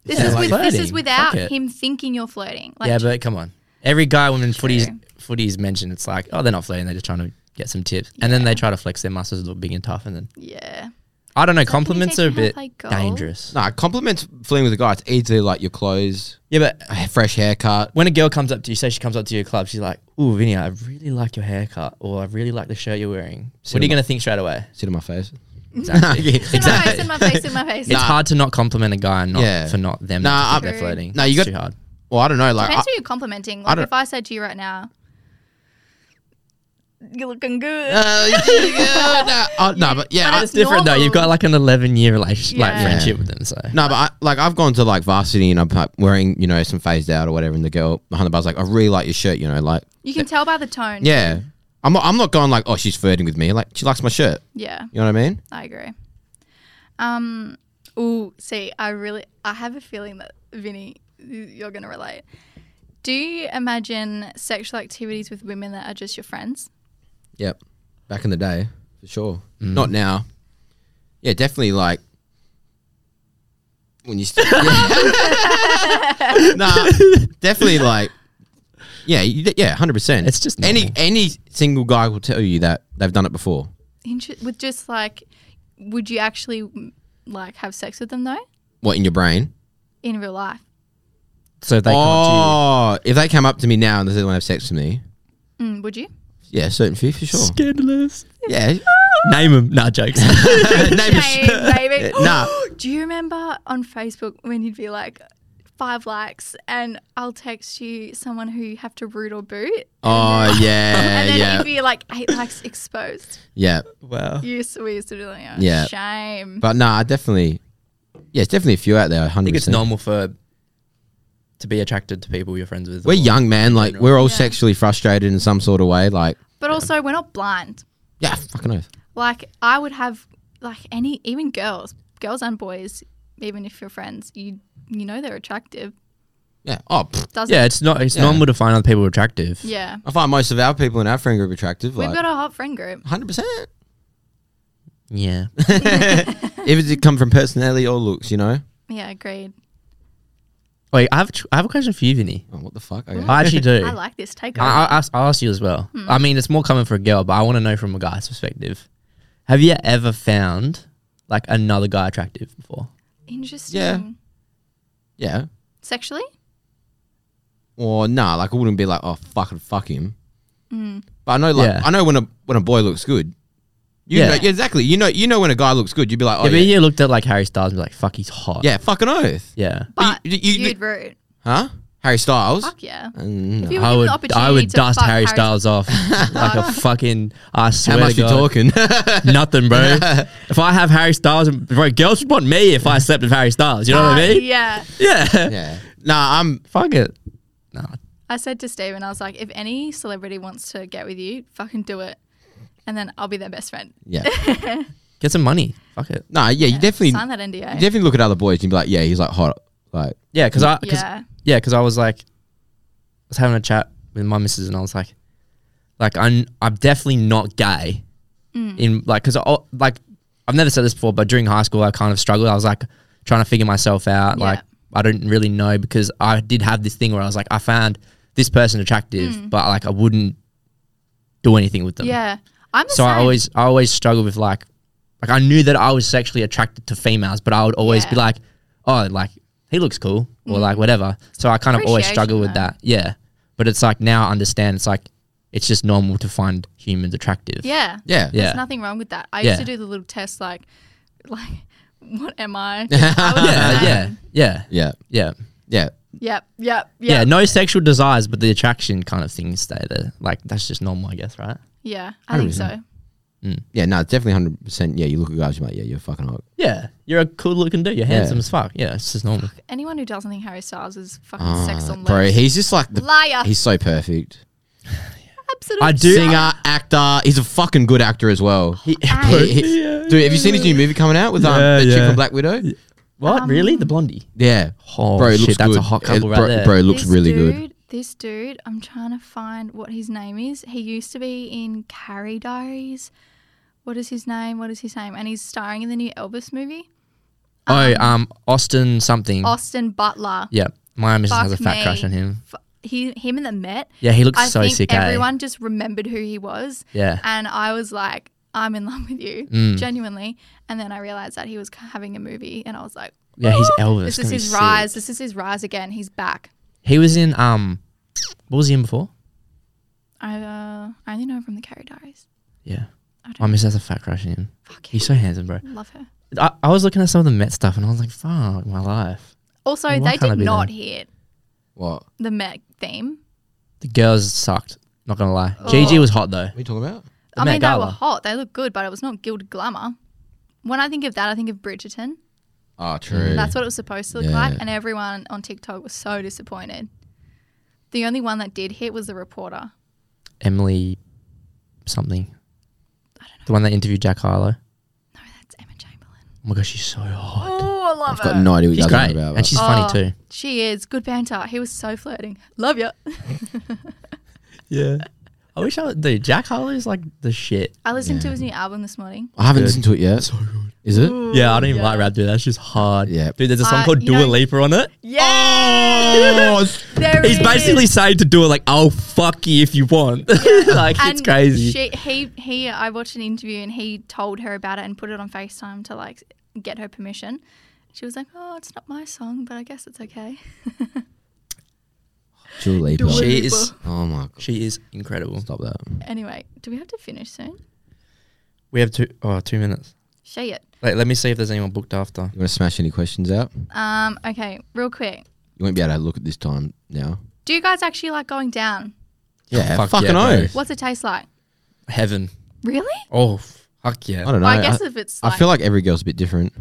Speaker 1: This
Speaker 2: Yeah,
Speaker 1: is
Speaker 2: like
Speaker 1: with this
Speaker 2: flirting.
Speaker 1: is
Speaker 2: Fuck
Speaker 1: without
Speaker 2: it.
Speaker 1: him thinking you're flirting. Like,
Speaker 2: yeah, but come on. Every guy, woman, footy's,
Speaker 1: True.
Speaker 2: footy's mentioned. It's like, oh, they're not flirting. They're just trying to get some tips. And then they try to flex their muscles, look big and tough. And then,
Speaker 1: yeah.
Speaker 2: I don't know,
Speaker 1: So can you
Speaker 2: compliments
Speaker 1: teach
Speaker 2: are
Speaker 1: me
Speaker 2: a
Speaker 1: how to
Speaker 2: bit
Speaker 1: play golf?
Speaker 2: dangerous.
Speaker 4: Nah, compliments fling with a guy. It's either like your clothes,
Speaker 2: Yeah, but
Speaker 4: a fresh haircut.
Speaker 2: when a girl comes up to you, say she comes up to your club, she's like, "Ooh, Vinny, I really like your haircut, or I really like the shirt you're wearing." What are you
Speaker 4: Cinema.
Speaker 2: gonna think straight away?
Speaker 4: Sit in my face.
Speaker 2: Exactly.
Speaker 4: Yeah.
Speaker 2: It's,
Speaker 1: It's
Speaker 4: Exactly.
Speaker 1: in my face, in my face, in my face.
Speaker 4: Nah.
Speaker 2: hard to not compliment a guy and not
Speaker 4: Yeah.
Speaker 2: for not them
Speaker 4: Nah,
Speaker 2: nah, to think
Speaker 1: I'm-
Speaker 2: they're flirting.
Speaker 4: Nah, you
Speaker 2: It's
Speaker 4: got-
Speaker 2: too hard.
Speaker 4: Well, I don't know. Like, I,
Speaker 1: Depends who you're complimenting.
Speaker 4: I
Speaker 1: Like
Speaker 4: don't-
Speaker 1: if I said to you right now, "You're looking good,"
Speaker 4: uh, yeah, nah, I- nah, but yeah,
Speaker 1: But
Speaker 4: I-
Speaker 2: It's different though. You've got like an 11 year relationship, like
Speaker 1: Yeah.
Speaker 2: friendship with them. So
Speaker 4: No, but I, like I've gone to like varsity and I'm like, wearing you know some phased out or whatever, and the girl behind the bar's like, I really like your shirt, you know, like
Speaker 1: you can tell by the tone.
Speaker 4: yeah, I'm not, I'm not going like, oh, she's flirting with me, like she likes my shirt,
Speaker 1: yeah,
Speaker 4: you know what I mean?
Speaker 1: I agree. Um, ooh, see, I really, I have a feeling that Vinny, you- you're gonna relate. Do you imagine sexual activities with women that are just your friends?
Speaker 4: Yep, back in the day for sure, not now. Yeah, definitely like when you st- Yeah. nah, definitely like yeah, you, yeah, hundred percent.
Speaker 2: It's just
Speaker 4: any
Speaker 2: normal.
Speaker 4: any single guy will tell you that they've done it before.
Speaker 1: Inter- with just like, would you actually mm, like have sex with them though
Speaker 4: What in your brain?
Speaker 1: in real life?
Speaker 2: so they can't
Speaker 4: oh, if they come up to me now and they say they want to have sex with me,
Speaker 1: Mm, would you?
Speaker 4: yeah, certain fee for
Speaker 2: do
Speaker 4: sure.
Speaker 2: scandalous.
Speaker 4: Yeah,
Speaker 2: Oh. Name them. Nah, jokes.
Speaker 4: name
Speaker 1: Shame, baby.
Speaker 4: Eh, Nah.
Speaker 1: Do you remember on Facebook when you'd be like five likes and I'll text you someone who you have to root or boot?
Speaker 4: Oh
Speaker 1: And
Speaker 4: yeah,
Speaker 1: then
Speaker 4: yeah,
Speaker 1: you'd be like eight likes exposed.
Speaker 4: yeah.
Speaker 2: wow.
Speaker 1: You used to, we used to do that.
Speaker 4: Yeah.
Speaker 1: Yeah. Shame.
Speaker 4: But nah, I definitely. Yeah, it's definitely a few out there.
Speaker 2: I
Speaker 4: Hundred
Speaker 2: think it's
Speaker 4: percent.
Speaker 2: normal for to be attracted to people you're friends with.
Speaker 4: We're
Speaker 2: or-
Speaker 4: young, man. Like we're all
Speaker 1: Yeah.
Speaker 4: sexually frustrated in some sort of way. Like
Speaker 1: But also, we're not blind.
Speaker 4: yeah, fucking oath.
Speaker 1: Like, I would have, like, any, even girls, girls and boys, even if you're friends, you you know they're attractive.
Speaker 4: Yeah. Oh, pfft.
Speaker 1: Doesn't,
Speaker 2: Yeah, it's not. It's
Speaker 4: Yeah.
Speaker 2: normal to find other people attractive.
Speaker 1: Yeah.
Speaker 4: I find most of our people in our friend group attractive.
Speaker 1: We've
Speaker 4: Like
Speaker 1: got a hot friend group.
Speaker 4: hundred percent.
Speaker 2: Yeah.
Speaker 4: If it come from personality or looks, you know.
Speaker 1: Yeah, agreed.
Speaker 2: Wait, I have. a tr- I have a question for you, Vinny.
Speaker 4: Oh, what the fuck? Okay.
Speaker 2: I actually do.
Speaker 1: I like Hmm. this takeover.
Speaker 2: I, I'll, ask, I'll ask you as well. I mean, it's more common for a girl, but I want to know from a guy's perspective. Have you ever found like another guy attractive before?
Speaker 1: Interesting.
Speaker 4: yeah.
Speaker 1: Sexually?
Speaker 4: Or nah, like I wouldn't be like, oh fucking fuck him.
Speaker 1: Mm.
Speaker 4: But I know, like
Speaker 2: Yeah.
Speaker 4: I know when a when a boy looks good. You
Speaker 2: Yeah.
Speaker 4: know, yeah, exactly. You know, you know when a guy looks good, you'd be like, oh
Speaker 2: yeah,
Speaker 4: yeah,
Speaker 2: but
Speaker 4: yeah,
Speaker 2: you looked at like Harry Styles and be like, "Fuck, he's hot."
Speaker 4: fucking oath,
Speaker 2: yeah.
Speaker 1: But you,
Speaker 4: But you- you- you-
Speaker 1: would root.
Speaker 4: huh? Harry Styles.
Speaker 1: Fuck yeah. If
Speaker 4: Mm, no.
Speaker 1: you were
Speaker 2: I
Speaker 1: given
Speaker 2: would,
Speaker 1: the
Speaker 2: I
Speaker 1: opportunity
Speaker 2: would
Speaker 1: to
Speaker 2: dust
Speaker 1: fuck
Speaker 2: Harry
Speaker 1: Styles.
Speaker 2: Styles off like a fucking. I swear
Speaker 4: How much
Speaker 2: to
Speaker 4: you
Speaker 2: God.
Speaker 4: talking?
Speaker 2: Nothing, bro. if I have Harry Styles, bro, girls would want me if I slept with Harry Styles. You know what I
Speaker 1: Uh,
Speaker 2: mean?
Speaker 1: Yeah.
Speaker 2: Yeah.
Speaker 4: yeah. Nah, I'm.
Speaker 2: Fuck it. No.
Speaker 1: I said to Steven, I was like, if any celebrity wants to get with you, fucking do it. And then I'll be their best friend.
Speaker 4: Yeah.
Speaker 2: Get some money. Fuck it.
Speaker 4: Nah, yeah. You definitely,
Speaker 1: Sign
Speaker 4: you
Speaker 1: that NDA.
Speaker 4: definitely look at other boys and you'd be like, yeah, he's like hot. Like,
Speaker 2: Yeah, because I, cause
Speaker 1: yeah.
Speaker 2: yeah, because I was like, I was having a chat with my missus, and I was like, like I'm, I'm definitely not gay, in like, because like I've never said this before, but during high school I kind of struggled. I was like trying to figure myself out,
Speaker 1: Yeah.
Speaker 2: like I didn't really know because I did have this thing where I was like, I found this person attractive, but like I wouldn't do anything with them.
Speaker 1: Yeah. I'm the
Speaker 2: So
Speaker 1: same.
Speaker 2: I always, I always struggled with like, like I knew that I was sexually attracted to females, but I would always
Speaker 1: Yeah. Mm.
Speaker 2: be like, oh, like he looks cool or like whatever. So I kind of always
Speaker 1: Appreciation,
Speaker 2: struggle with
Speaker 1: though.
Speaker 2: that. Yeah, but it's like now I understand. It's like it's just normal to find humans attractive.
Speaker 1: Yeah.
Speaker 4: yeah,
Speaker 2: Yeah.
Speaker 1: There's nothing wrong with that. I
Speaker 2: Yeah.
Speaker 1: used to do the little test like, like, what am I?
Speaker 2: yeah, Uh, yeah, yeah,
Speaker 4: yeah,
Speaker 2: yeah,
Speaker 4: yeah.
Speaker 1: Yep. Yep. Yep.
Speaker 2: yeah. No sexual desires, but the attraction kind of things stay there. Like that's just normal, I guess, right?
Speaker 1: Yeah. I think so.
Speaker 4: Yeah, no, definitely hundred percent. Yeah, you look at guys, you're like, yeah, you're fucking hot.
Speaker 2: Yeah, you're a cool looking dude. You're handsome as fuck. Yeah, it's just normal.
Speaker 1: Anyone who doesn't think Harry Styles is fucking
Speaker 2: Oh,
Speaker 1: sex
Speaker 4: Uh,
Speaker 1: on
Speaker 4: bro, he's just like the,
Speaker 1: Liar.
Speaker 4: he's so perfect.
Speaker 1: Absolute
Speaker 2: I do-
Speaker 1: shit.
Speaker 4: singer, actor. He's a fucking good actor as well.
Speaker 1: And-
Speaker 4: He- he- Dude, have you seen his new movie coming out with um,
Speaker 2: Yeah,
Speaker 4: the chick
Speaker 2: yeah.
Speaker 4: from Black Widow?
Speaker 2: What
Speaker 1: Um,
Speaker 2: really? The blondie.
Speaker 4: Yeah,
Speaker 2: Oh,
Speaker 4: bro, it
Speaker 2: shit,
Speaker 4: looks
Speaker 2: that's
Speaker 4: good.
Speaker 2: a hot
Speaker 4: It-
Speaker 2: couple right
Speaker 4: bro,
Speaker 2: there.
Speaker 4: bro, it looks
Speaker 1: This
Speaker 4: really good.
Speaker 1: dude, This dude, I'm trying to find what his name is. He used to be in Carrie Diaries. What is his name? What is his name? And he's starring in the new Elvis movie.
Speaker 2: Oh, um, Austin something.
Speaker 1: Austin Butler.
Speaker 2: Hmm. yeah, my missus has a
Speaker 1: Oh, Fuck
Speaker 2: fat
Speaker 1: me.
Speaker 2: crush on him.
Speaker 1: F- He, him and the Met.
Speaker 2: Yeah, he looks
Speaker 1: I
Speaker 2: so
Speaker 1: think
Speaker 2: sick. eh?
Speaker 1: everyone just remembered who he was.
Speaker 2: Yeah.
Speaker 1: And I was like, I'm in love with you,
Speaker 2: Mm.
Speaker 1: genuinely. And then I realized that he was having a movie, and I was like,
Speaker 2: Yeah, he's
Speaker 1: "Oh,
Speaker 2: Elvis.
Speaker 1: This
Speaker 2: Gonna
Speaker 1: is
Speaker 2: be
Speaker 1: his
Speaker 2: sick.
Speaker 1: rise. This is his rise again. He's back.
Speaker 2: He was in um, what was he in before?
Speaker 1: I, uh, I only know him from the Carrie Diaries.
Speaker 2: Yeah,
Speaker 1: I
Speaker 2: I
Speaker 1: don't
Speaker 2: miss that's a fat crush in him.
Speaker 1: fuck
Speaker 2: He's so handsome, bro.
Speaker 1: Love her.
Speaker 2: I, I was looking at some of the Met stuff and I was like, fuck my life.
Speaker 1: Also,
Speaker 2: Why
Speaker 1: they
Speaker 2: can't I
Speaker 1: did
Speaker 2: be
Speaker 1: not
Speaker 2: there?
Speaker 1: hit
Speaker 4: What? What
Speaker 1: the Met theme.
Speaker 2: The girls sucked. Not gonna lie. Gigi
Speaker 1: Oh.
Speaker 2: was hot though.
Speaker 4: are you talking about?
Speaker 2: The
Speaker 1: I
Speaker 2: Met
Speaker 1: mean, they
Speaker 2: Gala.
Speaker 1: were hot. They looked good, but it was not Gilded Glamour. When I think of that, I think of Bridgerton.
Speaker 4: Ah, true.
Speaker 1: That's what it was supposed to look
Speaker 4: Yeah.
Speaker 1: like, and everyone on TikTok was so disappointed. The only one that did hit was the reporter.
Speaker 2: Emily something. The one that interviewed Jack Harlow. Oh
Speaker 1: No, that's Emma Chamberlain.
Speaker 2: my gosh, she's so hot.
Speaker 1: Oh, I love
Speaker 4: I've got no idea what
Speaker 2: She's
Speaker 4: you're
Speaker 2: great.
Speaker 4: talking about.
Speaker 2: and she's
Speaker 1: Oh.
Speaker 2: funny too.
Speaker 1: She is good banter. He was so flirting. Love ya.
Speaker 2: Yeah. I wish I would dude, Jack Harlow is like the shit.
Speaker 1: I listened to his new album this morning.
Speaker 4: I haven't
Speaker 2: Good.
Speaker 4: listened to it yet. So good. Is it?
Speaker 2: Yeah, I don't even like rap, dude. That's just hard.
Speaker 4: Yeah.
Speaker 2: Dude, there's a song
Speaker 1: Uh,
Speaker 2: called
Speaker 1: you
Speaker 2: Dua
Speaker 1: know-
Speaker 2: Lipa on it.
Speaker 1: Yeah. There
Speaker 2: He's
Speaker 1: it
Speaker 2: basically
Speaker 1: is.
Speaker 2: saying to Dua, like, I'll fuck you if you want. like, it's
Speaker 1: And
Speaker 2: crazy.
Speaker 1: She, he, he. I watched an interview and he told her about it and put it on Facetime to like get her permission. She was like, "Oh, it's not my song, but I guess it's okay."
Speaker 4: Dua Lipa.
Speaker 1: Dua Lipa.
Speaker 2: She is
Speaker 4: Oh my god.
Speaker 2: she is incredible.
Speaker 4: Stop that.
Speaker 1: Anyway, do we have to finish soon?
Speaker 2: We have two oh two minutes.
Speaker 1: Shay it.
Speaker 2: Like, let me see if there's anyone booked after.
Speaker 4: You want to smash any questions out?
Speaker 1: Um. Okay. Real quick.
Speaker 4: You won't be able to look at this time now.
Speaker 1: Do you guys actually like going down?
Speaker 4: Yeah,
Speaker 2: Fuck
Speaker 4: fucking
Speaker 2: yeah,
Speaker 4: oh.
Speaker 2: bro.
Speaker 1: What's it taste like?
Speaker 2: Heaven.
Speaker 1: Really?
Speaker 2: Oh fuck
Speaker 4: I
Speaker 2: yeah.
Speaker 4: don't know.
Speaker 1: Well, I
Speaker 4: I,
Speaker 1: guess if it's.
Speaker 4: I
Speaker 1: Like,
Speaker 4: feel like every girl's a bit different.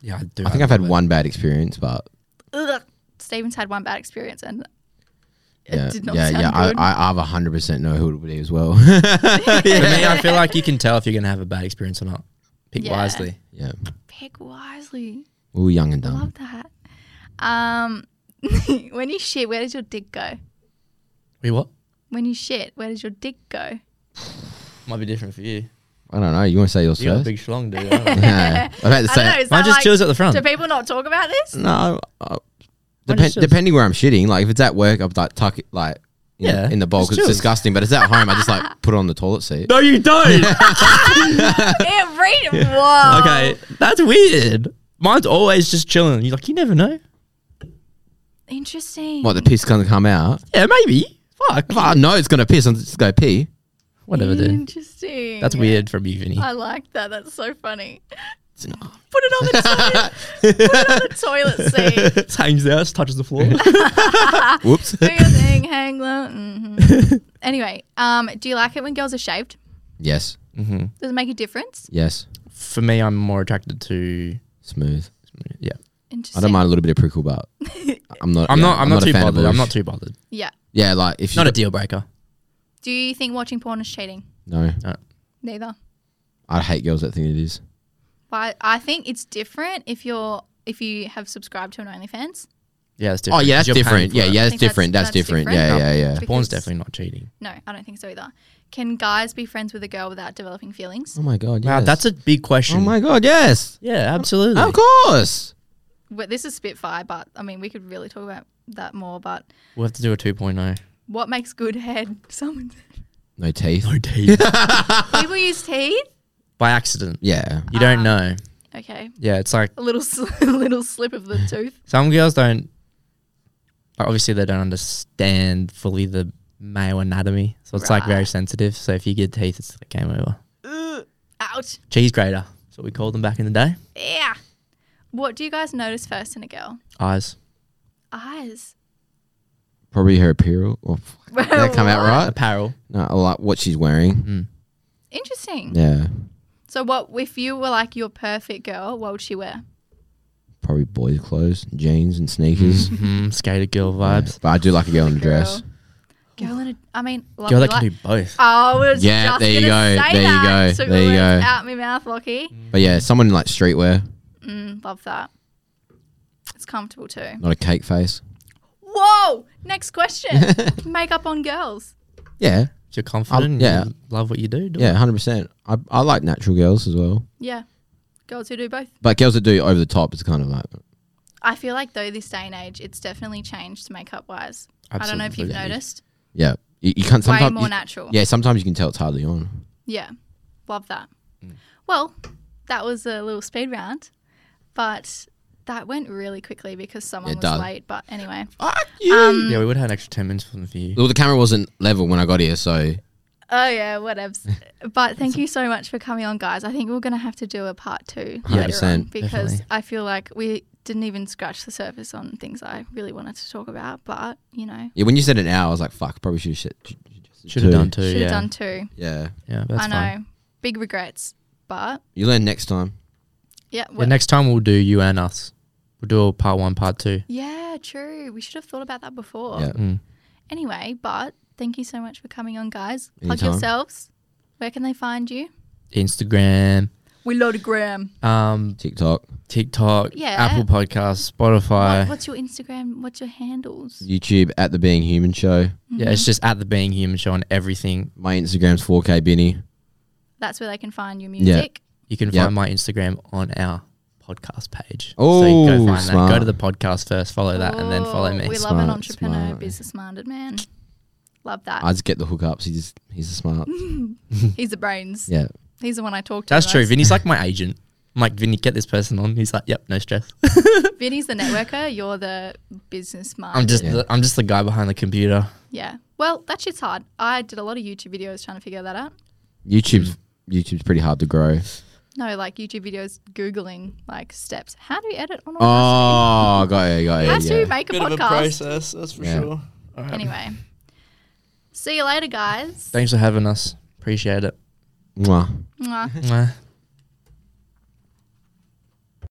Speaker 2: Yeah, I do.
Speaker 4: I think I've had
Speaker 2: love it.
Speaker 4: one bad experience, but
Speaker 1: Ugh. Steven's had one bad experience and it
Speaker 4: yeah,
Speaker 1: did not
Speaker 4: yeah,
Speaker 1: sound
Speaker 4: yeah. I,
Speaker 1: good.
Speaker 4: I, I've hundred percent know who it would be as well.
Speaker 2: For me, I feel like you can tell if you're gonna have a bad experience or not. Pick
Speaker 1: Yeah.
Speaker 2: wisely.
Speaker 4: yeah,
Speaker 1: Pick wisely.
Speaker 4: we were young and
Speaker 1: I
Speaker 4: dumb.
Speaker 1: love that. Um, when you shit, where does your dick go?
Speaker 2: Wait, what?
Speaker 1: When you shit, where does your dick go?
Speaker 2: Might be different for you.
Speaker 4: I don't know. You want to say yours
Speaker 2: You got a
Speaker 4: first?
Speaker 2: big schlong, dude. I don't know.
Speaker 4: Yeah. I'm about to
Speaker 1: I don't know.
Speaker 4: say.
Speaker 1: Is
Speaker 2: Mine
Speaker 1: that
Speaker 2: just
Speaker 1: like,
Speaker 2: chills at the front.
Speaker 1: do people not talk about this?
Speaker 4: No, uh,
Speaker 2: Mine
Speaker 4: depend,
Speaker 2: just chills.
Speaker 4: depending where I'm shitting. Like if it's at work, I'd like tuck it like in,
Speaker 2: Yeah,
Speaker 4: in the bowl
Speaker 2: just
Speaker 4: 'cause
Speaker 2: chills.
Speaker 4: it's disgusting. But if it's at home, I just like put it on the toilet seat.
Speaker 2: No, you don't.
Speaker 1: yeah, read it. Whoa.
Speaker 2: okay, that's weird. Mine's always just chilling. You're like, you never know.
Speaker 1: Interesting.
Speaker 4: What the piss gonna come out?
Speaker 2: Yeah, maybe. Fuck.
Speaker 4: If I know it's gonna piss, I'm just gonna pee.
Speaker 2: Whatever,
Speaker 1: Mm,
Speaker 2: dude.
Speaker 1: Interesting.
Speaker 2: That's weird from you, Vinny.
Speaker 1: I like that. That's so funny.
Speaker 4: It's an arm.
Speaker 1: Put it on the toilet. Put it on the toilet seat.
Speaker 2: Just hangs there, just touches the floor.
Speaker 4: Whoops.
Speaker 1: Do your thing, hang low. hmm anyway, um, do you like it when girls are shaved?
Speaker 4: yes,
Speaker 1: Does it make a difference?
Speaker 4: yes,
Speaker 2: For me, I'm more attracted to.
Speaker 4: smooth.
Speaker 2: Yeah,
Speaker 4: I
Speaker 1: Interesting.
Speaker 4: don't mind a little bit of prickle, but I'm not.
Speaker 2: I'm
Speaker 4: yeah,
Speaker 2: not. I'm, not,
Speaker 4: a
Speaker 2: too
Speaker 4: fan of
Speaker 2: bothered. I'm
Speaker 4: bush.
Speaker 2: not too bothered.
Speaker 1: Yeah.
Speaker 4: Yeah, like if you
Speaker 2: Not a deal breaker.
Speaker 1: Do you think watching porn is cheating?
Speaker 4: no,
Speaker 1: Neither.
Speaker 4: I hate girls that think it is.
Speaker 1: But I think it's different if you're if you have subscribed to an OnlyFans.
Speaker 2: Yeah, it's
Speaker 4: Oh
Speaker 2: different.
Speaker 4: yeah,
Speaker 2: 'cause
Speaker 4: that's
Speaker 2: you're paying
Speaker 4: different.
Speaker 2: for
Speaker 4: Yeah,
Speaker 2: it.
Speaker 4: yeah, that's
Speaker 1: think that's-
Speaker 4: different. That's,
Speaker 1: that's
Speaker 4: different.
Speaker 1: different.
Speaker 4: Yeah, yeah, yeah.
Speaker 2: Porn's
Speaker 1: Because-
Speaker 2: definitely not cheating.
Speaker 1: No, I don't think so either. Can guys be friends with a girl without developing feelings?
Speaker 4: Oh my god.
Speaker 2: Wow,
Speaker 4: yes.
Speaker 2: that's a big question. Oh,
Speaker 4: Oh my god. Yes.
Speaker 2: yeah, absolutely.
Speaker 4: Of course.
Speaker 1: But this is Spitfire, but I mean we could really talk about that more. But
Speaker 2: We'll have to do a oh. 2.0.
Speaker 1: what makes good head? Someone
Speaker 4: No teeth.
Speaker 1: people use teeth.
Speaker 2: By accident.
Speaker 4: Yeah.
Speaker 2: You don't know.
Speaker 1: Okay,
Speaker 2: Yeah, it's like
Speaker 1: a little sl- little slip of the tooth.
Speaker 2: some girls don't. like, Obviously, they don't understand fully the male anatomy, so it's like very
Speaker 1: Right.
Speaker 2: sensitive. So if you get teeth, it's like game over.
Speaker 1: Ouch.
Speaker 2: Cheese grater. That's what we called them back in the day.
Speaker 1: Yeah. What do you guys notice first in a girl?
Speaker 2: Eyes.
Speaker 1: Eyes.
Speaker 4: Probably her apparel. Oh, fuck. Did that come out right?
Speaker 2: Apparel.
Speaker 4: No, I like what she's wearing.
Speaker 1: Interesting.
Speaker 4: Yeah.
Speaker 1: So, what if you were like your perfect girl? What would she wear?
Speaker 4: Probably boys' clothes, jeans, and sneakers.
Speaker 2: Mm, skater girl
Speaker 4: Mm-hmm. Yeah.
Speaker 2: vibes.
Speaker 4: But I do like a girl in a dress.
Speaker 1: Girl, girl in a. I mean, like,
Speaker 2: Girl
Speaker 1: we
Speaker 2: that can
Speaker 1: like-
Speaker 2: do both.
Speaker 1: Oh, I was
Speaker 4: Yeah,
Speaker 1: just
Speaker 4: there you
Speaker 1: gonna
Speaker 4: go,
Speaker 1: say
Speaker 4: there you
Speaker 1: that.
Speaker 4: go,
Speaker 1: So
Speaker 4: there you
Speaker 1: words
Speaker 4: go.
Speaker 1: Out my mouth, Lockie.
Speaker 4: But yeah, someone in like streetwear,
Speaker 1: Mm, love that. It's comfortable too.
Speaker 4: not a cake face.
Speaker 1: Whoa! Next question. Makeup on girls.
Speaker 4: Yeah.
Speaker 2: If you're confident. and
Speaker 4: yeah.
Speaker 2: You love what you do. do
Speaker 4: Yeah, hundred percent. I I like natural girls as well,
Speaker 1: Yeah, girls who do both.
Speaker 4: but girls that do over the top is kind of like
Speaker 1: I feel like though this day and age, it's definitely changed makeup wise. I don't know if you've
Speaker 4: Absolutely.
Speaker 1: noticed.
Speaker 4: yeah. You, you can't
Speaker 1: Way
Speaker 4: sometimes
Speaker 1: more
Speaker 4: you-
Speaker 1: natural.
Speaker 4: Yeah, sometimes you can tell it's hardly on.
Speaker 1: Yeah, love that.
Speaker 2: Mm.
Speaker 1: Well, that was a little speed round, but that went really quickly because someone
Speaker 4: It
Speaker 1: was
Speaker 4: does.
Speaker 1: late. But anyway, Mm. Um,
Speaker 2: Yeah, we would have had an extra 10 minutes for them for you.
Speaker 4: Well, the camera wasn't level when I got here, so
Speaker 1: Oh yeah, whatevs. But thank you so much for coming on, guys. I think we're gonna have to do a part two
Speaker 4: Yeah.
Speaker 1: later on
Speaker 4: 100%,
Speaker 1: because
Speaker 2: definitely.
Speaker 1: I feel like we didn't even scratch the surface on things I really wanted to talk about. But you know,
Speaker 4: Yeah, when you said an hour, I was like, fuck, probably should have said.
Speaker 2: Should have done two.
Speaker 1: should have
Speaker 2: yeah.
Speaker 1: done two.
Speaker 4: Yeah.
Speaker 2: Yeah, that's
Speaker 1: I know,
Speaker 2: fine.
Speaker 1: big regrets. But
Speaker 4: You learn next time.
Speaker 1: yeah,
Speaker 2: The
Speaker 1: what-
Speaker 2: next time we'll do you and us. We'll do a part one, part two.
Speaker 1: yeah, true. We should have thought about that before.
Speaker 4: Yeah.
Speaker 2: Mm.
Speaker 1: Anyway, but thank you so much for coming on, guys. Plug
Speaker 4: Anytime.
Speaker 1: yourselves. Where can they find you?
Speaker 2: Instagram,
Speaker 1: We load a gram.
Speaker 2: um,
Speaker 4: TikTok,
Speaker 2: TikTok,
Speaker 1: Yeah.
Speaker 2: Apple Podcasts, Spotify.
Speaker 1: what's your Instagram? What's your handles?
Speaker 4: YouTube, at the Being Human Show.
Speaker 2: Yeah,
Speaker 1: Mm-hmm.
Speaker 2: it's just at the Being Human Show on everything.
Speaker 4: My Instagram's 4K Binny.
Speaker 1: That's where they can find your
Speaker 4: Yeah.
Speaker 1: music.
Speaker 2: You can
Speaker 4: Yep.
Speaker 2: find my Instagram on our podcast page.
Speaker 4: Oh,
Speaker 2: go find that. Go
Speaker 4: smart.
Speaker 2: to the podcast first, follow that, and then follow
Speaker 1: Oh,
Speaker 2: me.
Speaker 1: We love an
Speaker 4: Smart,
Speaker 1: entrepreneur,
Speaker 4: smart.
Speaker 1: business minded man. Love that.
Speaker 4: I just get the hookups. He's he's a smart.
Speaker 1: He's the brains.
Speaker 4: Yeah.
Speaker 1: He's the one I talk to.
Speaker 2: That's
Speaker 1: the
Speaker 2: true.
Speaker 1: most.
Speaker 2: Vinny's like my agent. I'm like, Vinny, get this person on. He's like, yep, no stress.
Speaker 1: Vinny's the networker. You're the business minded.
Speaker 2: I'm just,
Speaker 4: Yeah.
Speaker 2: the, I'm just the guy behind the computer.
Speaker 1: yeah. Well, that shit's hard. I did a lot of YouTube videos trying to figure that out.
Speaker 4: YouTube's YouTube's pretty hard to grow.
Speaker 1: No, like YouTube videos, googling like steps. How do you edit on Audacity?
Speaker 4: Oh, got you, got
Speaker 1: How
Speaker 4: you.
Speaker 1: to
Speaker 4: Yeah.
Speaker 1: make a podcast?
Speaker 2: that's for
Speaker 4: Yeah. sure.
Speaker 1: anyway, see you later, guys.
Speaker 2: Thanks for having us. Appreciate it.
Speaker 4: Mwah.
Speaker 1: Mwah.
Speaker 2: Mwah.